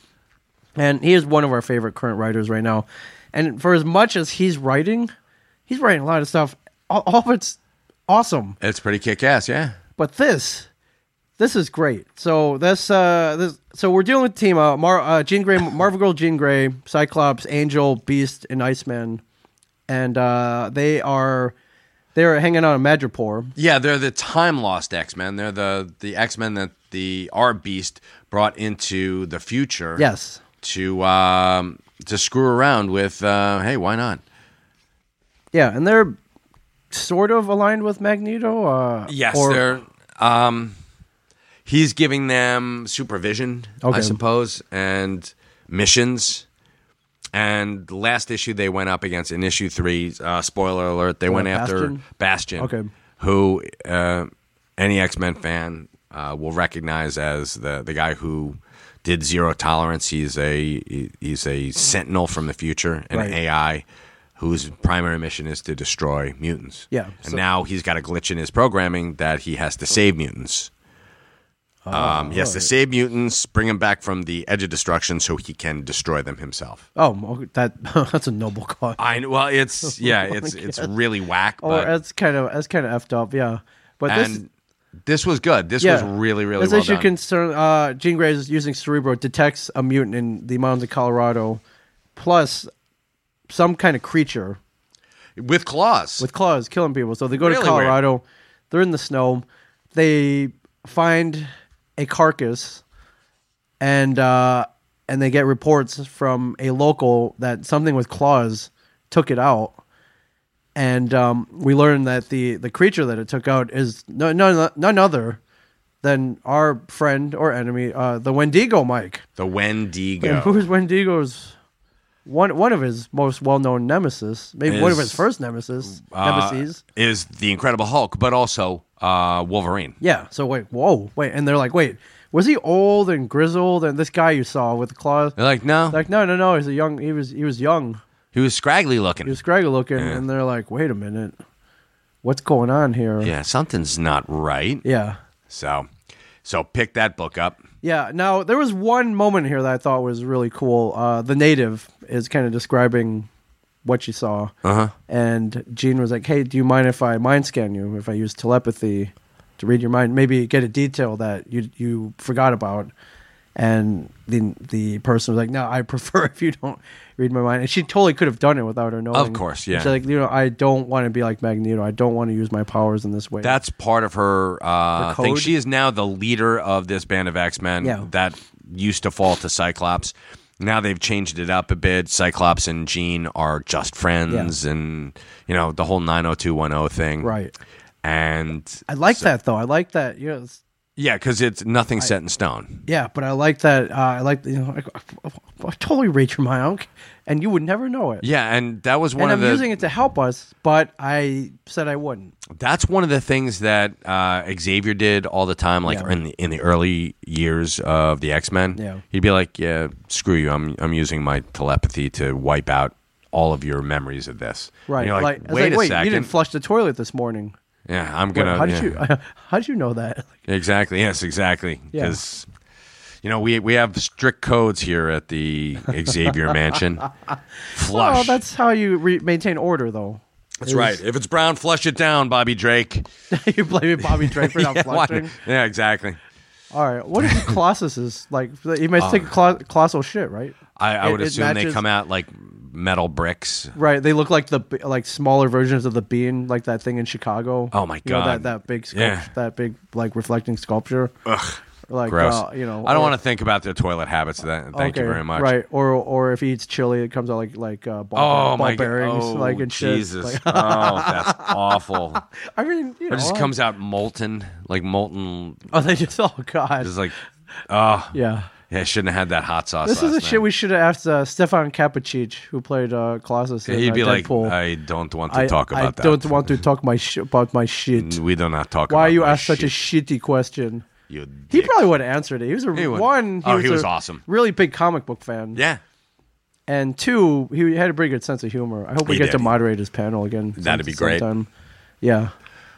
Speaker 1: and he is one of our favorite current writers right now and for as much as he's writing he's writing a lot of stuff all, all of it's awesome
Speaker 2: cool. It's pretty kick ass. Yeah.
Speaker 1: but this this is great. So this uh this so we're dealing with team uh, Mar- uh Jean Grey Marvel Girl Jean Grey, Cyclops, Angel, Beast and Iceman and uh they are they're hanging out in Madripoor.
Speaker 2: Yeah, they're the time lost X Men. They're the the X Men that the our Beast brought into the future.
Speaker 1: Yes.
Speaker 2: to um, to screw around with. Uh, hey, why not?
Speaker 1: Yeah, and they're sort of aligned with Magneto uh or-
Speaker 2: they're. Um, he's giving them supervision, I
Speaker 1: Okay.
Speaker 2: suppose, and missions. And last issue they went up against in issue three. Uh, spoiler alert: they went after
Speaker 1: Bastion?
Speaker 2: Bastion,
Speaker 1: Okay.
Speaker 2: who uh, any X Men fan uh, will recognize as the the guy who did zero tolerance. He's a he- he's a sentinel from the future, an
Speaker 1: Right.
Speaker 2: AI whose primary mission is to destroy mutants.
Speaker 1: Yeah,
Speaker 2: and
Speaker 1: so-
Speaker 2: now he's got a glitch in his programming that he has to save mutants.
Speaker 1: Oh,
Speaker 2: um, he has to save mutants, bring them back from the edge of destruction, so he can destroy them himself.
Speaker 1: Oh, okay, that that's a noble cause.
Speaker 2: I well, it's yeah, it's it's really whack.
Speaker 1: Oh Or
Speaker 2: but,
Speaker 1: that's kind of that's kind of effed up, yeah. But this
Speaker 2: and this, was good. This was really really
Speaker 1: This
Speaker 2: well
Speaker 1: issue
Speaker 2: done.
Speaker 1: concern uh, Jean Grey is using Cerebro detects a mutant in the mountains of Colorado, plus some kind of creature
Speaker 2: with claws.
Speaker 1: with claws killing people. So they go
Speaker 2: Really
Speaker 1: to Colorado. They're in the snow. They find a carcass, and uh, and they get reports from a local that something with claws took it out, and um, we learn that the the creature that it took out is no, none none other than our friend or enemy, uh, the Wendigo Mike.
Speaker 2: The
Speaker 1: And
Speaker 2: Wendigo.
Speaker 1: who's Wendigo's one one of his most well known nemesis, maybe one of
Speaker 2: Is,
Speaker 1: his first nemesis,
Speaker 2: uh,
Speaker 1: nemesis.
Speaker 2: is the Incredible Hulk, but also uh, Wolverine.
Speaker 1: Yeah. So wait, whoa, wait, and they're like, wait, was he old and grizzled and this guy you saw with the claws?
Speaker 2: They're like, no,
Speaker 1: Like, no, no, no, he's a young. He was he was young.
Speaker 2: he was scraggly looking.
Speaker 1: He was scraggy looking, and they're like, wait a minute, what's going on here?
Speaker 2: yeah, something's not right.
Speaker 1: Yeah.
Speaker 2: So, so pick that book up.
Speaker 1: Yeah. Now there was one moment here that I thought was really cool. Uh, the native is kind of describing what she saw,
Speaker 2: Uh huh.
Speaker 1: and Gene was like, "Hey, do you mind if I mind scan you? If I use telepathy to read your mind, maybe get a detail that you you forgot about." And the the person was like, "No, I prefer if you don't read my mind." And she totally could have done it without her knowing.
Speaker 2: Of course, yeah.
Speaker 1: She's like, you know, I don't want to be like Magneto. I don't want to use my powers in this way.
Speaker 2: That's part of her uh,
Speaker 1: The
Speaker 2: thing.
Speaker 1: code?
Speaker 2: She is now the leader of this band of X Men
Speaker 1: Yeah.
Speaker 2: that used to fall to Cyclops. Now they've changed it up a bit. Cyclops and Jean are just friends, and you know the whole nine hundred two one zero thing,
Speaker 1: right.
Speaker 2: And
Speaker 1: I like that though. I like that. You know, it's-
Speaker 2: yeah, because it's nothing set in stone.
Speaker 1: yeah, but I like that. Uh, I like you know, I, I totally read your mind, I don't ca- and you would never know it.
Speaker 2: Yeah, and that was one
Speaker 1: and
Speaker 2: of
Speaker 1: I'm
Speaker 2: the
Speaker 1: using it to help us, but I said I wouldn't.
Speaker 2: that's one of the things that uh, Xavier did all the time, like
Speaker 1: Yeah.
Speaker 2: in the in the early years of the X Men.
Speaker 1: Yeah.
Speaker 2: he'd be like, "Yeah, screw you. I'm I'm using my telepathy to wipe out all of your memories of this." And
Speaker 1: Right.
Speaker 2: you're
Speaker 1: Like,
Speaker 2: like,
Speaker 1: it's
Speaker 2: wait
Speaker 1: like,
Speaker 2: a
Speaker 1: wait,
Speaker 2: second.
Speaker 1: you didn't flush the toilet this morning.
Speaker 2: yeah, I'm
Speaker 1: Wait,
Speaker 2: gonna.
Speaker 1: how did
Speaker 2: yeah.
Speaker 1: you? How did you know that?
Speaker 2: Exactly. Yes. Exactly.
Speaker 1: Yeah.
Speaker 2: Because you know we we have strict codes here at the Xavier Mansion. Flush.
Speaker 1: Well, oh, that's how you re- maintain order, though.
Speaker 2: That's right. If it's brown, flush it down, Bobby Drake.
Speaker 1: you blaming Bobby Drake for not
Speaker 2: Yeah, why-
Speaker 1: flushing.
Speaker 2: yeah. Exactly.
Speaker 1: All right. What if Colossus is like? He
Speaker 2: Uh.
Speaker 1: must take clo- colossal shit, right?
Speaker 2: I, I
Speaker 1: It-
Speaker 2: would
Speaker 1: it
Speaker 2: assume they
Speaker 1: matches-
Speaker 2: come out like metal bricks.
Speaker 1: Right. They look like the b- like smaller versions of the bean, like that thing in Chicago.
Speaker 2: Oh, my
Speaker 1: You know,
Speaker 2: God.
Speaker 1: that that big sculpt-
Speaker 2: Yeah.
Speaker 1: that big like reflecting sculpture. Ugh. Like
Speaker 2: Gross.
Speaker 1: uh, you know.
Speaker 2: I don't
Speaker 1: or-
Speaker 2: want to think about their toilet habits. That, thank you
Speaker 1: okay,
Speaker 2: very much.
Speaker 1: Right. Or or if he eats chili, it comes out like like uh, ball,
Speaker 2: Oh
Speaker 1: ball
Speaker 2: my God.
Speaker 1: bearings,
Speaker 2: Oh,
Speaker 1: like and shit.
Speaker 2: Jesus.
Speaker 1: Like,
Speaker 2: oh, that's awful.
Speaker 1: I mean, you
Speaker 2: It
Speaker 1: know,
Speaker 2: just
Speaker 1: I-
Speaker 2: comes out molten, like molten.
Speaker 1: Oh, they just. Oh God.
Speaker 2: It's like, oh, yeah.
Speaker 1: yeah.
Speaker 2: I shouldn't have had that hot sauce.
Speaker 1: This is the
Speaker 2: last
Speaker 1: shit
Speaker 2: night.
Speaker 1: we should have asked uh, Stefan Kapacic, who played uh, Colossus. in,
Speaker 2: He'd
Speaker 1: uh,
Speaker 2: be like,
Speaker 1: Deadpool.
Speaker 2: I don't want to
Speaker 1: I-
Speaker 2: talk about
Speaker 1: I
Speaker 2: that.
Speaker 1: don't want to talk my sh- about my shit.
Speaker 2: We do not talk.
Speaker 1: Why
Speaker 2: about
Speaker 1: you
Speaker 2: my
Speaker 1: asked such a
Speaker 2: shit,
Speaker 1: shitty question?
Speaker 2: you
Speaker 1: He
Speaker 2: dick.
Speaker 1: probably would have answered it. He was a
Speaker 2: He would.
Speaker 1: one.
Speaker 2: Oh, he was
Speaker 1: a
Speaker 2: awesome.
Speaker 1: Really big comic book fan.
Speaker 2: Yeah,
Speaker 1: And two, he had a pretty good sense of humor. I hope we
Speaker 2: He
Speaker 1: get to
Speaker 2: did.
Speaker 1: moderate his panel again.
Speaker 2: That'd be great.
Speaker 1: Sometime. Yeah.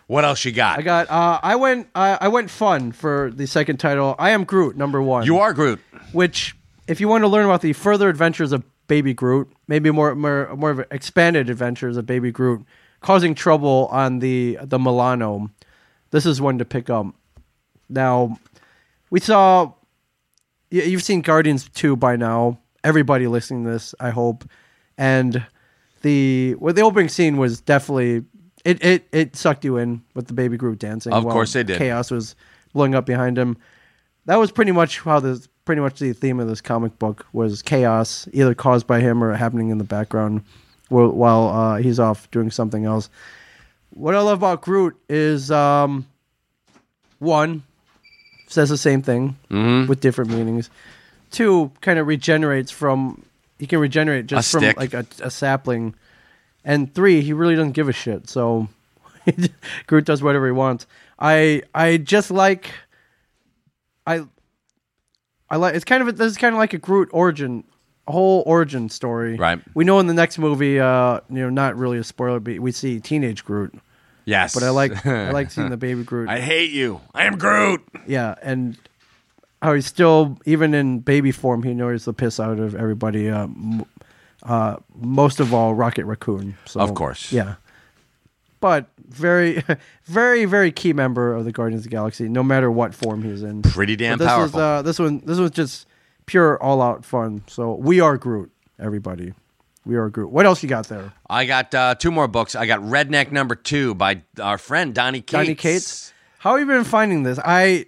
Speaker 2: what else you got?
Speaker 1: I got. Uh, I went. Uh, I went fun for the second title. I am Groot, number one.
Speaker 2: you are Groot.
Speaker 1: Which, if you want to learn about the further adventures of Baby Groot, maybe more more more of expanded adventures of Baby Groot, causing trouble on the the Milano, this is one to pick up. Now, we saw. y- You've seen Guardians two by now. Everybody listening to this, I hope, and the well, the opening scene was definitely it, it it sucked you in with the baby Groot dancing.
Speaker 2: Of
Speaker 1: while
Speaker 2: course they did.
Speaker 1: Chaos was blowing up behind him. That was pretty much how this pretty much the theme of this comic book was chaos, either caused by him or happening in the background while, while uh, he's off doing something else. What I love about Groot is um, one says the same thing
Speaker 2: Mm-hmm.
Speaker 1: with different meanings. Two kind of regenerates from he can regenerate just
Speaker 2: A
Speaker 1: from
Speaker 2: stick.
Speaker 1: like a, a sapling, and three he really doesn't give a shit. So Groot does whatever he wants. I I just like I I like it's kind of a, this is kind of like a Groot origin, a whole origin story.
Speaker 2: Right.
Speaker 1: We know in the next movie, uh, you know, not really a spoiler, but we see teenage Groot.
Speaker 2: Yes,
Speaker 1: But I like I like seeing the baby Groot.
Speaker 2: I hate you. I am Groot.
Speaker 1: yeah, and how he's still even in baby form, he annoys the piss out of everybody. Uh, m- uh, most of all, Rocket Raccoon. So
Speaker 2: Of course.
Speaker 1: yeah. But very, very, very key member of the Guardians of the Galaxy, no matter what form he's in.
Speaker 2: Pretty damn
Speaker 1: But this
Speaker 2: powerful.
Speaker 1: Was, uh, this one, this was just pure all-out fun. So we are Groot, everybody. We are Groot. What else you got there?
Speaker 2: I got uh, two more books. I got Redneck Number Two by our friend Donnie Cates.
Speaker 1: Donny Cates. How have you been finding this? I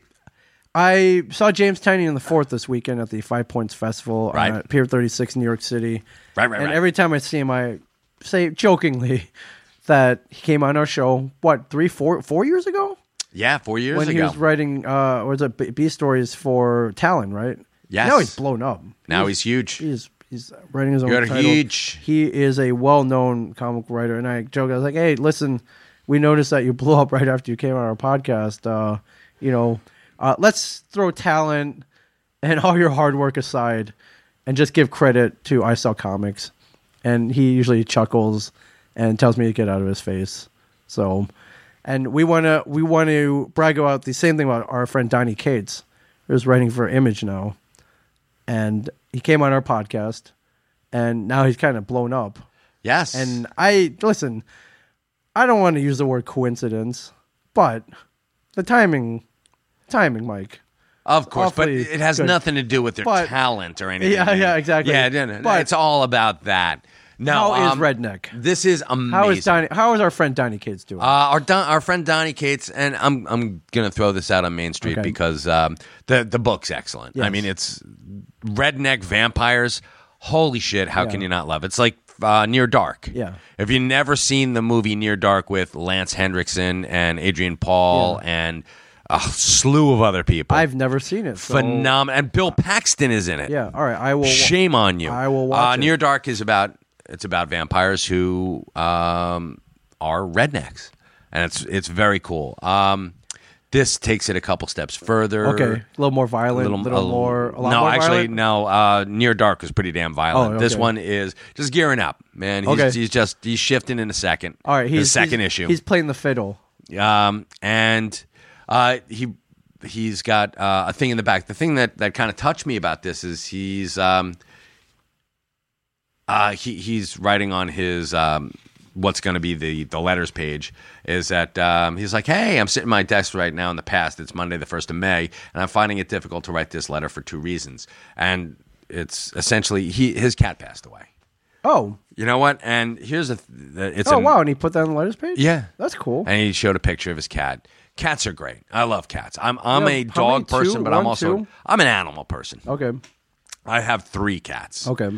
Speaker 1: I saw James Tiny in the fourth this weekend at the Five Points Festival
Speaker 2: Right.
Speaker 1: on, uh, Pier 36 in New York City.
Speaker 2: Right, right,
Speaker 1: And
Speaker 2: right.
Speaker 1: every time I see him, I say jokingly that he came on our show, what, three, four, four years ago?
Speaker 2: Yeah, four years
Speaker 1: When
Speaker 2: ago.
Speaker 1: he was writing, uh, was it B- B stories for Talon, right?
Speaker 2: Yes.
Speaker 1: Now he's blown up.
Speaker 2: now he's huge.
Speaker 1: He's he's writing his own.
Speaker 2: You're
Speaker 1: title.
Speaker 2: huge.
Speaker 1: He is a well-known comic writer, and I joke. I was like, "Hey, listen, we noticed that you blew up right after you came on our podcast. Uh, you know, uh, let's throw talent and all your hard work aside, and just give credit to I Sell Comics." And he usually chuckles and tells me to get out of his face. So, and we want to we want to brag about the same thing about our friend Donnie Cates, who's writing for Image now and he came on our podcast and now he's kind of blown up
Speaker 2: Yes.
Speaker 1: and i listen i don't want to use the word coincidence but the timing timing mike
Speaker 2: Of course, but
Speaker 1: awfully
Speaker 2: it has
Speaker 1: good.
Speaker 2: nothing to do with their
Speaker 1: But-
Speaker 2: talent or anything.
Speaker 1: Yeah,
Speaker 2: man.
Speaker 1: yeah, exactly.
Speaker 2: Yeah, no, no,
Speaker 1: But-
Speaker 2: it's all about that. No,
Speaker 1: How is
Speaker 2: um,
Speaker 1: Redneck?
Speaker 2: This is amazing.
Speaker 1: how is donnie how is our friend donnie kids doing
Speaker 2: Uh, our Don, our friend Donnie Cates, and I'm I'm gonna throw this out on Main Street
Speaker 1: Okay.
Speaker 2: because um, the the book's excellent. I
Speaker 1: Yes.
Speaker 2: mean, it's redneck vampires. Holy shit! How can you not love? it? It's like uh, Near Dark.
Speaker 1: Yeah.
Speaker 2: If you never seen the movie Near Dark with Lance Hendrickson and Adrian Paul and a slew of other people,
Speaker 1: i've never seen it so,
Speaker 2: phenomenal. And Bill Paxton is in it.
Speaker 1: yeah all right i will
Speaker 2: Shame on you.
Speaker 1: I will watch
Speaker 2: uh,
Speaker 1: it.
Speaker 2: Near Dark is about it's about vampires who um, are rednecks, and it's it's very cool. Um, this takes it a couple steps further.
Speaker 1: okay a little more violent a little, more a lot
Speaker 2: no,
Speaker 1: more
Speaker 2: actually,
Speaker 1: violent?
Speaker 2: no. Uh, Near Dark is pretty damn violent.
Speaker 1: Oh,
Speaker 2: This
Speaker 1: okay.
Speaker 2: one is just gearing up, man. He's,
Speaker 1: Okay.
Speaker 2: he's just he's shifting in a second.
Speaker 1: all right he's
Speaker 2: his second
Speaker 1: he's-
Speaker 2: issue
Speaker 1: he's playing the fiddle
Speaker 2: um, and uh, he he's got uh, a thing in the back. The thing that that kind of touched me about this is he's um, uh, he he's writing on his. Um, What's going to be the the letters page is that um, he's like, hey, I'm sitting at my desk right now in the past. It's Monday, the first of May, and I'm finding it difficult to write this letter for two reasons. And it's essentially he his cat passed away.
Speaker 1: oh
Speaker 2: You know what? And here's a th- it's
Speaker 1: oh
Speaker 2: an-
Speaker 1: wow and he put that on the letters page
Speaker 2: Yeah.
Speaker 1: that's cool
Speaker 2: and he showed a picture of his cat. Cats are great. I love cats. I'm I'm
Speaker 1: Yeah,
Speaker 2: a
Speaker 1: how many?
Speaker 2: dog person,
Speaker 1: Two?
Speaker 2: but I'm
Speaker 1: One,
Speaker 2: also
Speaker 1: two?
Speaker 2: I'm an animal person.
Speaker 1: okay
Speaker 2: I have three cats.
Speaker 1: okay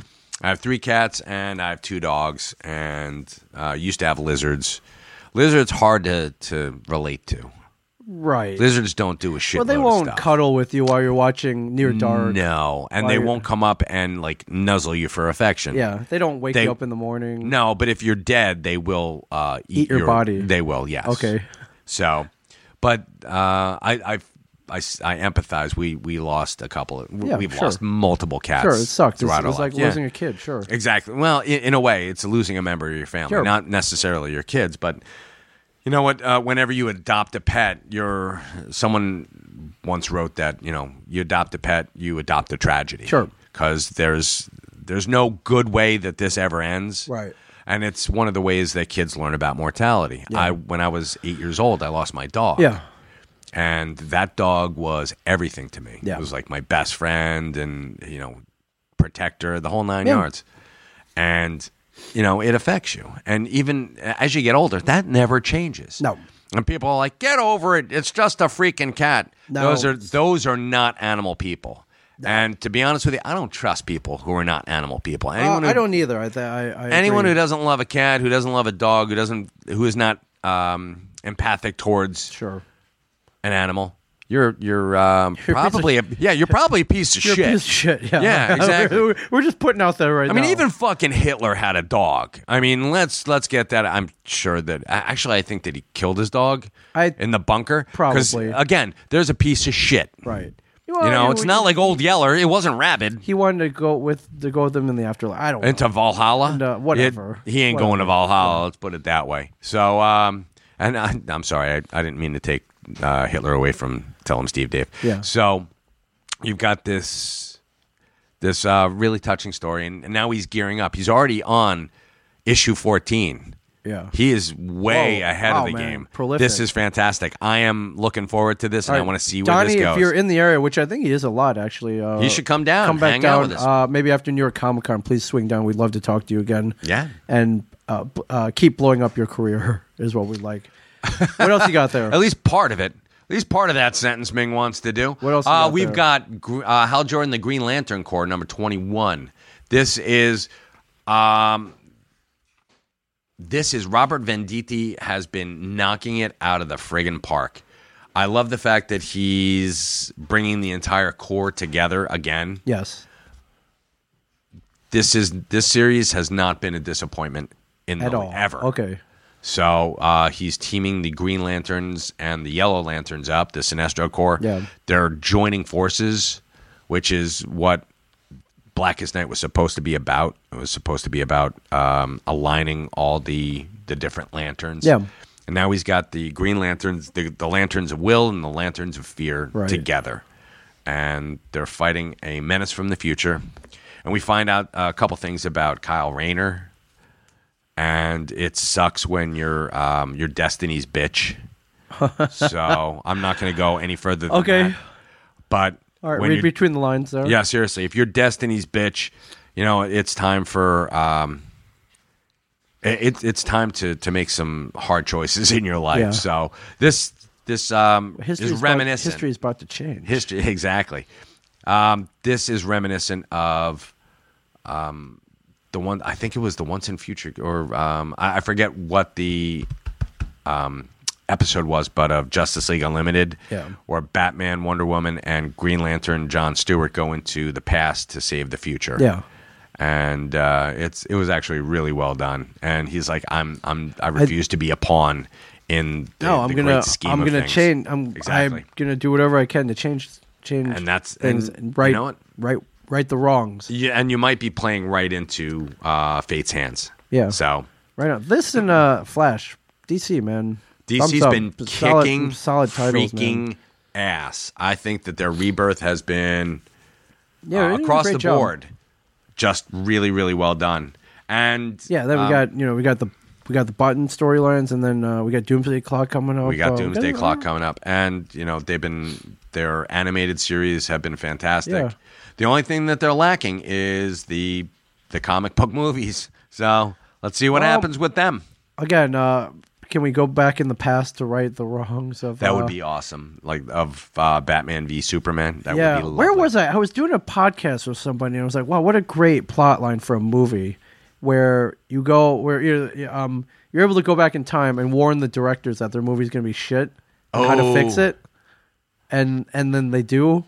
Speaker 2: I have three cats and I have two dogs, and uh, used to have lizards. Lizards hard to to relate to.
Speaker 1: right
Speaker 2: Lizards don't do a shit.
Speaker 1: Well, they won't cuddle with you while you're watching Near Dark.
Speaker 2: No, and
Speaker 1: While
Speaker 2: they
Speaker 1: you're-
Speaker 2: won't come up and like nuzzle you for affection.
Speaker 1: Yeah, they don't wake
Speaker 2: They-
Speaker 1: you up in the morning.
Speaker 2: No, but if you're dead, they will uh, eat,
Speaker 1: Eat your body.
Speaker 2: They will, yes.
Speaker 1: Okay.
Speaker 2: So, but uh, I, I, I, s- I empathize. We we lost a couple. Of,
Speaker 1: Yeah,
Speaker 2: we've
Speaker 1: sure.
Speaker 2: lost multiple cats.
Speaker 1: sure, it sucked. It's,
Speaker 2: Throughout
Speaker 1: it was
Speaker 2: our life.
Speaker 1: like losing a kid. Sure.
Speaker 2: yeah, exactly. Well, in, in a way, it's losing a member of your family,
Speaker 1: Sure.
Speaker 2: not necessarily your kids, but you know what? Uh, whenever you adopt a pet, you're someone once wrote that you know you adopt a pet, you adopt a tragedy.
Speaker 1: Sure.
Speaker 2: Because there's there's no good way that this ever ends.
Speaker 1: Right.
Speaker 2: And it's one of the ways that kids learn about mortality. I when I was eight years old, I lost my dog.
Speaker 1: Yeah.
Speaker 2: And that dog was everything to me.
Speaker 1: Yeah.
Speaker 2: It was like my best friend and you know protector, the whole nine
Speaker 1: Yeah.
Speaker 2: yards. And you know it affects you. And even as you get older, that never changes.
Speaker 1: No.
Speaker 2: And people are like, "Get over it. It's just a freaking cat."
Speaker 1: No.
Speaker 2: Those are those are not animal people. And to be honest with you, I don't trust people who are not animal people.
Speaker 1: Uh,
Speaker 2: Anyone who
Speaker 1: I don't either. I, th- I, I
Speaker 2: anyone who
Speaker 1: agree.
Speaker 2: doesn't love a cat, who doesn't love a dog, who doesn't, who is not um, empathic towards
Speaker 1: sure.
Speaker 2: an animal, you're you're,
Speaker 1: You're a
Speaker 2: um,
Speaker 1: piece of
Speaker 2: probably a, yeah, you're probably a piece of
Speaker 1: You're a
Speaker 2: shit.
Speaker 1: piece of shit. Yeah.
Speaker 2: Yeah, exactly.
Speaker 1: we're, we're just putting out there right
Speaker 2: I
Speaker 1: now.
Speaker 2: mean, even fucking Hitler had a dog. I mean, let's let's get that. I'm sure that I- actually, I think that he killed his dog
Speaker 1: I-
Speaker 2: in the bunker. 'Cause,
Speaker 1: Probably.
Speaker 2: again, there's a piece of shit.
Speaker 1: right.
Speaker 2: You know,
Speaker 1: Well,
Speaker 2: it's not like Old Yeller. It wasn't rabid.
Speaker 1: he wanted to go with to go with them in the afterlife. I don't.
Speaker 2: into Valhalla.
Speaker 1: uh, whatever.
Speaker 2: It- he ain't going to Valhalla. Let's put it that way. So, um, and I, I'm sorry, I, I didn't mean to take uh, Hitler away from tell him Steve Dave.
Speaker 1: Yeah.
Speaker 2: So you've got this this uh, really touching story, and, and now he's gearing up. He's already on issue 14.
Speaker 1: Yeah.
Speaker 2: He is way
Speaker 1: Whoa.
Speaker 2: ahead
Speaker 1: Wow,
Speaker 2: of the
Speaker 1: man.
Speaker 2: game.
Speaker 1: Prolific.
Speaker 2: This is fantastic. I am looking forward to this, and I
Speaker 1: All right,
Speaker 2: want to see where
Speaker 1: Donnie,
Speaker 2: this goes.
Speaker 1: if you're in the area, which I think he is a lot actually, uh,
Speaker 2: He should come down,
Speaker 1: Come back
Speaker 2: hang out
Speaker 1: down.
Speaker 2: with us.
Speaker 1: Uh, maybe after New York Comic Con, please swing down. We'd love to talk to you again.
Speaker 2: Yeah.
Speaker 1: and uh, b- uh, keep blowing up your career is what we'd like. what else you got there?
Speaker 2: At least part of it. At least part of that sentence Ming wants to do.
Speaker 1: What else you
Speaker 2: Uh,
Speaker 1: got
Speaker 2: we've
Speaker 1: there?
Speaker 2: got Gr- uh, Hal Jordan, the Green Lantern Corps, number 21. This is. Um, this is Robert Venditti has been knocking it out of the friggin' park. I love the fact that he's bringing the entire core together again
Speaker 1: Yes.
Speaker 2: this is this series has not been a disappointment in the
Speaker 1: At all.
Speaker 2: ever.
Speaker 1: Okay.
Speaker 2: So uh, he's teaming the Green Lanterns and the Yellow Lanterns up, the Sinestro Corps.
Speaker 1: Yeah.
Speaker 2: They're joining forces, which is what Blackest Night was supposed to be about. It was supposed to be about um, aligning all the the different lanterns.
Speaker 1: Yeah.
Speaker 2: And now he's got the Green Lanterns, the, the Lanterns of Will and the Lanterns of Fear
Speaker 1: Right.
Speaker 2: together. And they're fighting a menace from the future. And we find out a couple things about Kyle Rayner, and it sucks when you're um, your destiny's bitch. so I'm not going to go any further. Than
Speaker 1: Okay.
Speaker 2: that. but
Speaker 1: All right.
Speaker 2: when
Speaker 1: read
Speaker 2: you're-
Speaker 1: between the lines there.
Speaker 2: yeah, seriously, if you're destiny's bitch, you know it's time for um, it, it's time to to make some hard choices in your life.
Speaker 1: Yeah.
Speaker 2: So this this um
Speaker 1: History
Speaker 2: is reminiscent.
Speaker 1: History is about to change.
Speaker 2: History, exactly. Um, this is reminiscent of um, the one I think it was the Once in Future, or um, I, I forget what the um, episode was, but of Justice League Unlimited,
Speaker 1: Yeah.
Speaker 2: where Batman, Wonder Woman, and Green Lantern John Stewart go into the past to save the future.
Speaker 1: Yeah.
Speaker 2: And uh, it's it was actually really well done. And he's like, I'm I'm I refuse to be a pawn in the,
Speaker 1: no, I'm
Speaker 2: the
Speaker 1: gonna
Speaker 2: great scheme
Speaker 1: I'm
Speaker 2: of
Speaker 1: gonna
Speaker 2: things."
Speaker 1: change. I'm
Speaker 2: exactly.
Speaker 1: I'm gonna do whatever I can to change change
Speaker 2: And that's-
Speaker 1: things
Speaker 2: and
Speaker 1: and right
Speaker 2: you know what?
Speaker 1: right right the wrongs.
Speaker 2: Yeah, and you might be playing right into uh, Fate's hands.
Speaker 1: Yeah.
Speaker 2: So
Speaker 1: Right now, this and uh, Flash, DC man.
Speaker 2: DC's
Speaker 1: Thumbs up.
Speaker 2: been
Speaker 1: solid,
Speaker 2: kicking
Speaker 1: solid titles,
Speaker 2: freaking
Speaker 1: man.
Speaker 2: ass. I think that their rebirth has been
Speaker 1: Yeah,
Speaker 2: uh,
Speaker 1: they did a
Speaker 2: across
Speaker 1: great
Speaker 2: the
Speaker 1: job.
Speaker 2: board just really, really well done. And
Speaker 1: Yeah, then we
Speaker 2: um,
Speaker 1: got you know we got the we got the button storylines, and then uh, we got Doomsday Clock coming up.
Speaker 2: we got
Speaker 1: Uh,
Speaker 2: Doomsday
Speaker 1: got-
Speaker 2: Clock coming up, and you know they've been their animated series have been fantastic.
Speaker 1: Yeah.
Speaker 2: The only thing that they're lacking is the the comic book movies. So let's see what
Speaker 1: Well,
Speaker 2: happens with them.
Speaker 1: Again, uh, can we go back in the past to right the wrongs of
Speaker 2: That
Speaker 1: uh,
Speaker 2: would be awesome. Like of uh, Batman v Superman. That
Speaker 1: yeah.
Speaker 2: would be lovely.
Speaker 1: Where was I? I was doing a podcast with somebody, and I was like, "Wow, what a great plot line for a movie where you go where you're um you're able to go back in time and warn the directors that their movie's going to be shit, and how to fix
Speaker 2: Oh.
Speaker 1: it, and and then they do."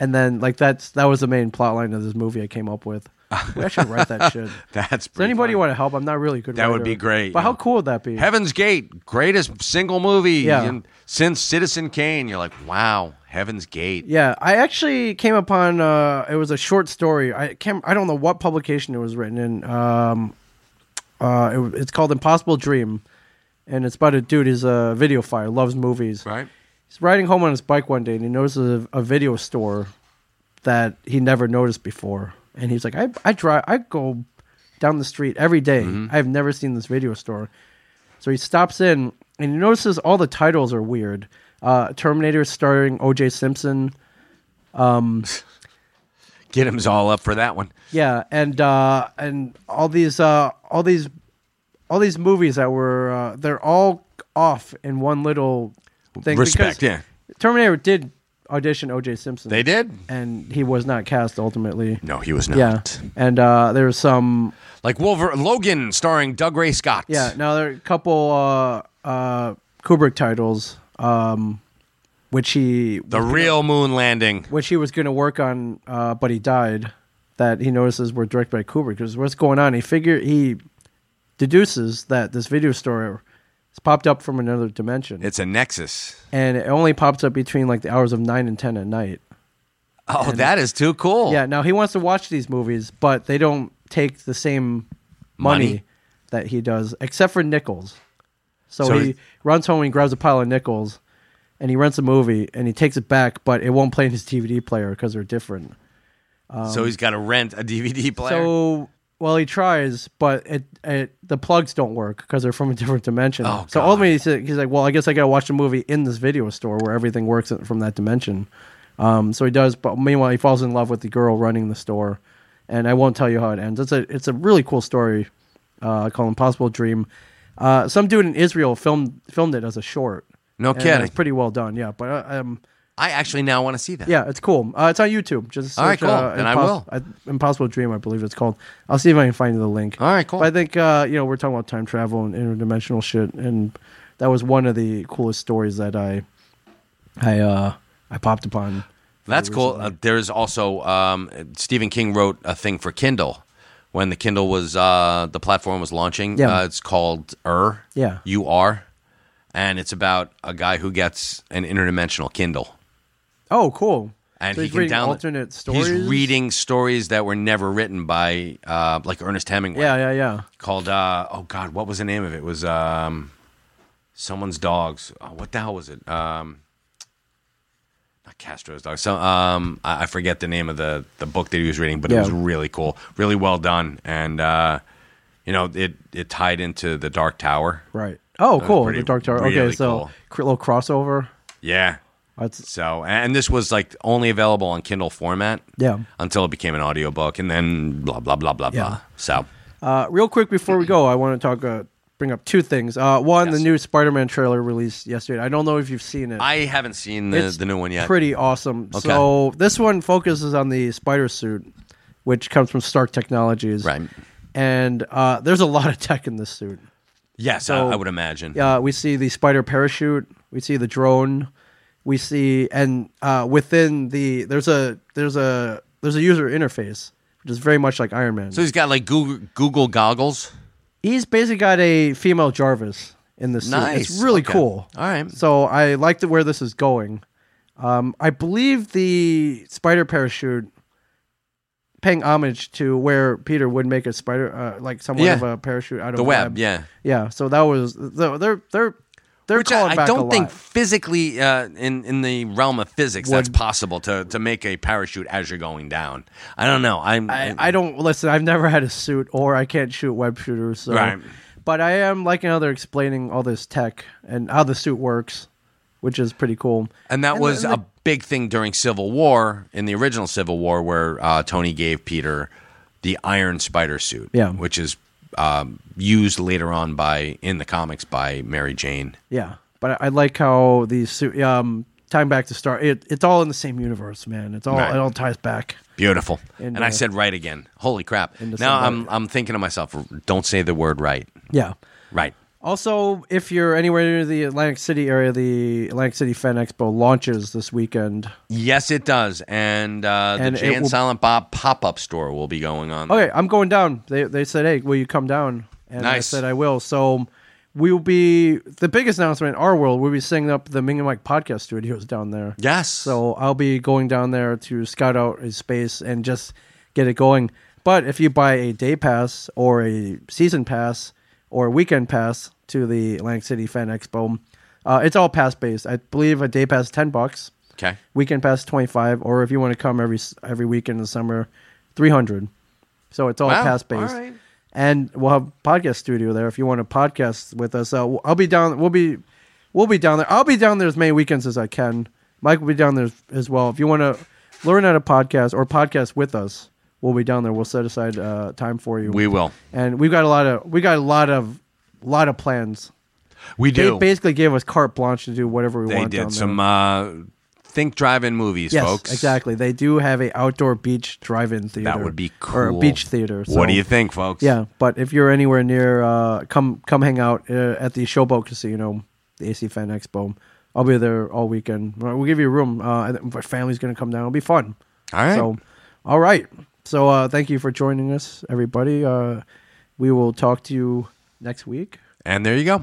Speaker 1: And then, like that's that was the main plot line of this movie I came up with. We should write that shit.
Speaker 2: That's
Speaker 1: Does
Speaker 2: pretty
Speaker 1: anybody
Speaker 2: funny.
Speaker 1: want to help? I'm not really a good.
Speaker 2: That would
Speaker 1: writer.
Speaker 2: be great,
Speaker 1: But
Speaker 2: yeah.
Speaker 1: how cool would that be?
Speaker 2: Heaven's Gate, greatest single movie
Speaker 1: Yeah.
Speaker 2: in- since Citizen Kane. You're like, wow, Heaven's Gate.
Speaker 1: Yeah, I actually came upon uh, it was a short story. I can I don't know what publication it was written in. Um, uh, it- it's called Impossible Dream, and it's about a dude who's a videophile, loves movies.
Speaker 2: Right?
Speaker 1: He's riding home on his bike one day, and he notices a, a video store that he never noticed before. And he's like, I I drive, I go down the street every day. I've never seen this video store. So he stops in and he notices all the titles are weird. Uh, Terminator starring O.J. Simpson.
Speaker 2: Get him's all up for that one.
Speaker 1: Yeah, and uh, and all these uh, all these all these movies that were uh, they're all off in one little thing.
Speaker 2: Respect, yeah.
Speaker 1: because Terminator did audition O.J. Simpson.
Speaker 2: They did?
Speaker 1: and he was not cast ultimately.
Speaker 2: No, he was
Speaker 1: Yeah,
Speaker 2: not.
Speaker 1: and uh, there was some.
Speaker 2: Like Wolver Logan starring Doug Ray Scott.
Speaker 1: Yeah, now there are a couple uh, uh, Kubrick titles, um, which he
Speaker 2: The real moon landing.
Speaker 1: which he was going to work on, uh, but he died. That he notices were directed by Kubrick. Because what's going on? He figure he deduces that this video store has popped up from another dimension,
Speaker 2: It's a nexus.
Speaker 1: and it only pops up between like the hours of nine and ten at night.
Speaker 2: Oh, that is too cool.
Speaker 1: Yeah. Now he wants to watch these movies, but they don't take the same money,
Speaker 2: Money?
Speaker 1: that he does, except for nickels. So,
Speaker 2: So
Speaker 1: he
Speaker 2: he-
Speaker 1: runs home and grabs a pile of nickels, and he rents a movie and he takes it back, but it won't play in his DVD player because they're different.
Speaker 2: so he's got to rent a DVD player.
Speaker 1: So, well, he tries, but it, it the plugs don't work because they're from a different dimension.
Speaker 2: Oh,
Speaker 1: so
Speaker 2: God.
Speaker 1: ultimately, he's, he's like, "Well, I guess I gotta watch a movie in this video store where everything works from that dimension." Um, so he does, but meanwhile, he falls in love with the girl running the store, and I won't tell you how it ends. It's a it's a really cool story uh, called Impossible Dream. Uh, some dude in Israel filmed filmed it as a short,
Speaker 2: No
Speaker 1: And
Speaker 2: kidding.
Speaker 1: It's pretty well done. Yeah, but I, um,
Speaker 2: I actually now want to see that.
Speaker 1: yeah, it's cool. Uh, it's on YouTube. Just
Speaker 2: All right,
Speaker 1: search,
Speaker 2: cool.
Speaker 1: uh,
Speaker 2: Then I
Speaker 1: Impos-
Speaker 2: will.
Speaker 1: I- Impossible Dream, I believe it's called. I'll see if I can find you the link.
Speaker 2: All right, cool.
Speaker 1: But I think uh, you know we're talking about time travel and interdimensional shit, and that was one of the coolest stories that I, I, uh, I popped upon.
Speaker 2: That's cool. Uh, there's also um, Stephen King wrote a thing for Kindle when the Kindle was uh, the platform was launching.
Speaker 1: Yeah.
Speaker 2: Uh, it's called Ur.
Speaker 1: Yeah.
Speaker 2: U R, and it's about a guy who gets an interdimensional Kindle.
Speaker 1: Oh, cool.
Speaker 2: And
Speaker 1: So
Speaker 2: he
Speaker 1: he's
Speaker 2: can
Speaker 1: reading
Speaker 2: download
Speaker 1: alternate stories.
Speaker 2: He's reading stories that were never written by, uh, like Ernest Hemingway.
Speaker 1: Yeah, yeah, yeah.
Speaker 2: Called uh, oh god, what was the name of it? it was um, someone's dogs. Oh, what the hell was it? Um, not Castro's dogs. So um, I, I forget the name of the the book that he was reading, but it
Speaker 1: Yeah.
Speaker 2: was really cool, really well done, and uh, you know it it tied into the Dark Tower.
Speaker 1: Right. Oh,
Speaker 2: was
Speaker 1: cool.
Speaker 2: pretty-
Speaker 1: the Dark Tower.
Speaker 2: really
Speaker 1: okay, so
Speaker 2: cool.
Speaker 1: cr- little crossover.
Speaker 2: Yeah.
Speaker 1: That's
Speaker 2: So and this was like only available on Kindle format.
Speaker 1: Yeah.
Speaker 2: Until it became an audiobook and then blah blah blah blah
Speaker 1: Yeah.
Speaker 2: blah. So
Speaker 1: uh, real quick before we go. I want to talk. Uh, bring up two things. Uh, one, the
Speaker 2: Yes.
Speaker 1: new Spider-Man trailer released yesterday. I don't know if you've seen it.
Speaker 2: I haven't seen the,
Speaker 1: It's
Speaker 2: the new one yet.
Speaker 1: Pretty awesome. So this one focuses on the spider suit, which comes from Stark Technologies.
Speaker 2: Right.
Speaker 1: And uh, there's a lot of tech in this suit.
Speaker 2: Yes,
Speaker 1: So-
Speaker 2: I, I would imagine.
Speaker 1: Uh, we see the spider parachute. We see the drone. We see and uh, within the there's a there's a there's a user interface which is very much like Iron Man.
Speaker 2: So he's got like Google, Google goggles.
Speaker 1: he's basically got a female Jarvis in this suit.
Speaker 2: Nice.
Speaker 1: It's really
Speaker 2: Okay.
Speaker 1: cool.
Speaker 2: All right.
Speaker 1: So I liked it where this is going. Um, I believe the spider parachute paying homage to where Peter would make a spider uh, like somewhat
Speaker 2: Yeah.
Speaker 1: of a parachute out of
Speaker 2: The
Speaker 1: a
Speaker 2: web, yeah.
Speaker 1: Yeah. So that was they're they're they're
Speaker 2: Which
Speaker 1: calling
Speaker 2: I, I
Speaker 1: back a
Speaker 2: don't
Speaker 1: lot.
Speaker 2: think physically, uh, in in the realm of physics, that's
Speaker 1: Would-
Speaker 2: possible to, to make a parachute as you're going down. I don't know. I'm
Speaker 1: I, I don't listen. I've never had a suit, or I can't shoot web shooters. So.
Speaker 2: Right.
Speaker 1: But I am liking how they're explaining all this tech and how the suit works, which is pretty cool.
Speaker 2: And that
Speaker 1: And
Speaker 2: was
Speaker 1: the- and
Speaker 2: a big thing during Civil War, in the original Civil War, where uh, Tony gave Peter the Iron Spider suit,
Speaker 1: Yeah.
Speaker 2: which is um, used later on by in the comics by Mary Jane.
Speaker 1: Yeah, but I, I like how the suit. Um, tying back to Star, it, it's all in the same universe, man. It's all
Speaker 2: Right.
Speaker 1: it all ties back.
Speaker 2: Beautiful.
Speaker 1: And,
Speaker 2: And, I
Speaker 1: uh,
Speaker 2: said right again. Holy crap!
Speaker 1: into
Speaker 2: Now I'm
Speaker 1: somebody-
Speaker 2: I'm thinking to myself, don't say the word right.
Speaker 1: Yeah.
Speaker 2: Right.
Speaker 1: Also, if you're anywhere near the Atlantic City area, the Atlantic City Fan Expo launches this weekend.
Speaker 2: Yes, it does. And, uh,
Speaker 1: And it
Speaker 2: the Jay and
Speaker 1: will-
Speaker 2: Silent Bob pop up store will be going on.
Speaker 1: Okay, I'm going down. They they said, "Hey, will you come down?" And I
Speaker 2: Nice.
Speaker 1: said, "I will." So we will be the biggest announcement in our world. We'll be setting up the Ming and Mike podcast studios down there.
Speaker 2: Yes.
Speaker 1: So I'll be going down there to scout out a space and just get it going. But if you buy a day pass or a season pass or a weekend pass to the Atlantic City Fan Expo, uh, it's all pass based. I believe a day pass is ten bucks,
Speaker 2: okay.
Speaker 1: weekend pass twenty five, or if you want to come every s- every weekend in the summer, three hundred. So it's all
Speaker 2: Wow.
Speaker 1: pass based.
Speaker 2: All right.
Speaker 1: And we'll have podcast studio there if you want to podcast with us. Uh, I'll be down. We'll be, we'll be down there. I'll be down there as many weekends as I can. Mike will be down there as well. If you want to learn how to podcast or podcast with us, we'll be down there. We'll set aside uh, time for you.
Speaker 2: We will.
Speaker 1: And we've got a lot of we got a lot of lot of plans.
Speaker 2: We
Speaker 1: They
Speaker 2: do.
Speaker 1: basically gave us carte blanche to do whatever we
Speaker 2: They
Speaker 1: want. down
Speaker 2: did
Speaker 1: there.
Speaker 2: some uh, think drive-in movies,
Speaker 1: Yes,
Speaker 2: folks.
Speaker 1: exactly. They do have a outdoor beach drive-in theater.
Speaker 2: That would be cool.
Speaker 1: Or a beach theater. so-
Speaker 2: What do you think, folks?
Speaker 1: Yeah, but if you're anywhere near, uh, come come hang out uh, at the Showboat Casino, the AC Fan Expo. I'll be there all weekend. We'll we'll give you a room. Uh, I think my family's gonna come down. It'll be fun.
Speaker 2: All right.
Speaker 1: So, all right. So uh, thank you for joining us, everybody. Uh, we will talk to you next week.
Speaker 2: And there you go.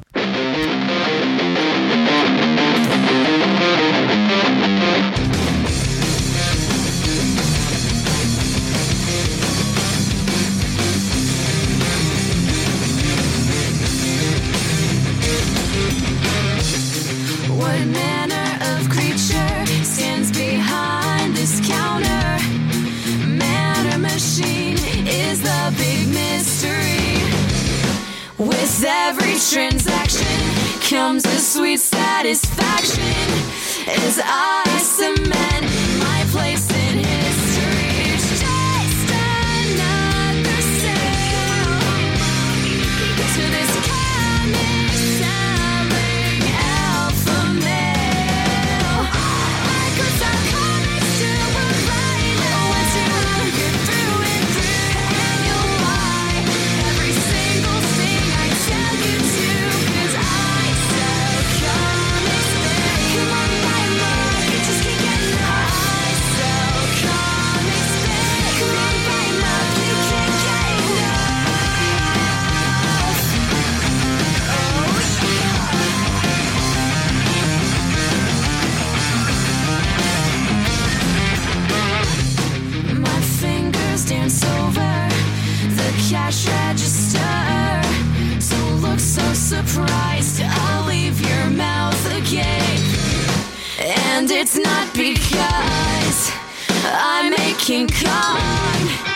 Speaker 3: What manner of creature stands behind this counter? Man or machine is the big mystery. With every transaction comes a sweet satisfaction as I cement my place in history. It's Just another sale to this chemist selling alpha male. It's not because I'm making kind.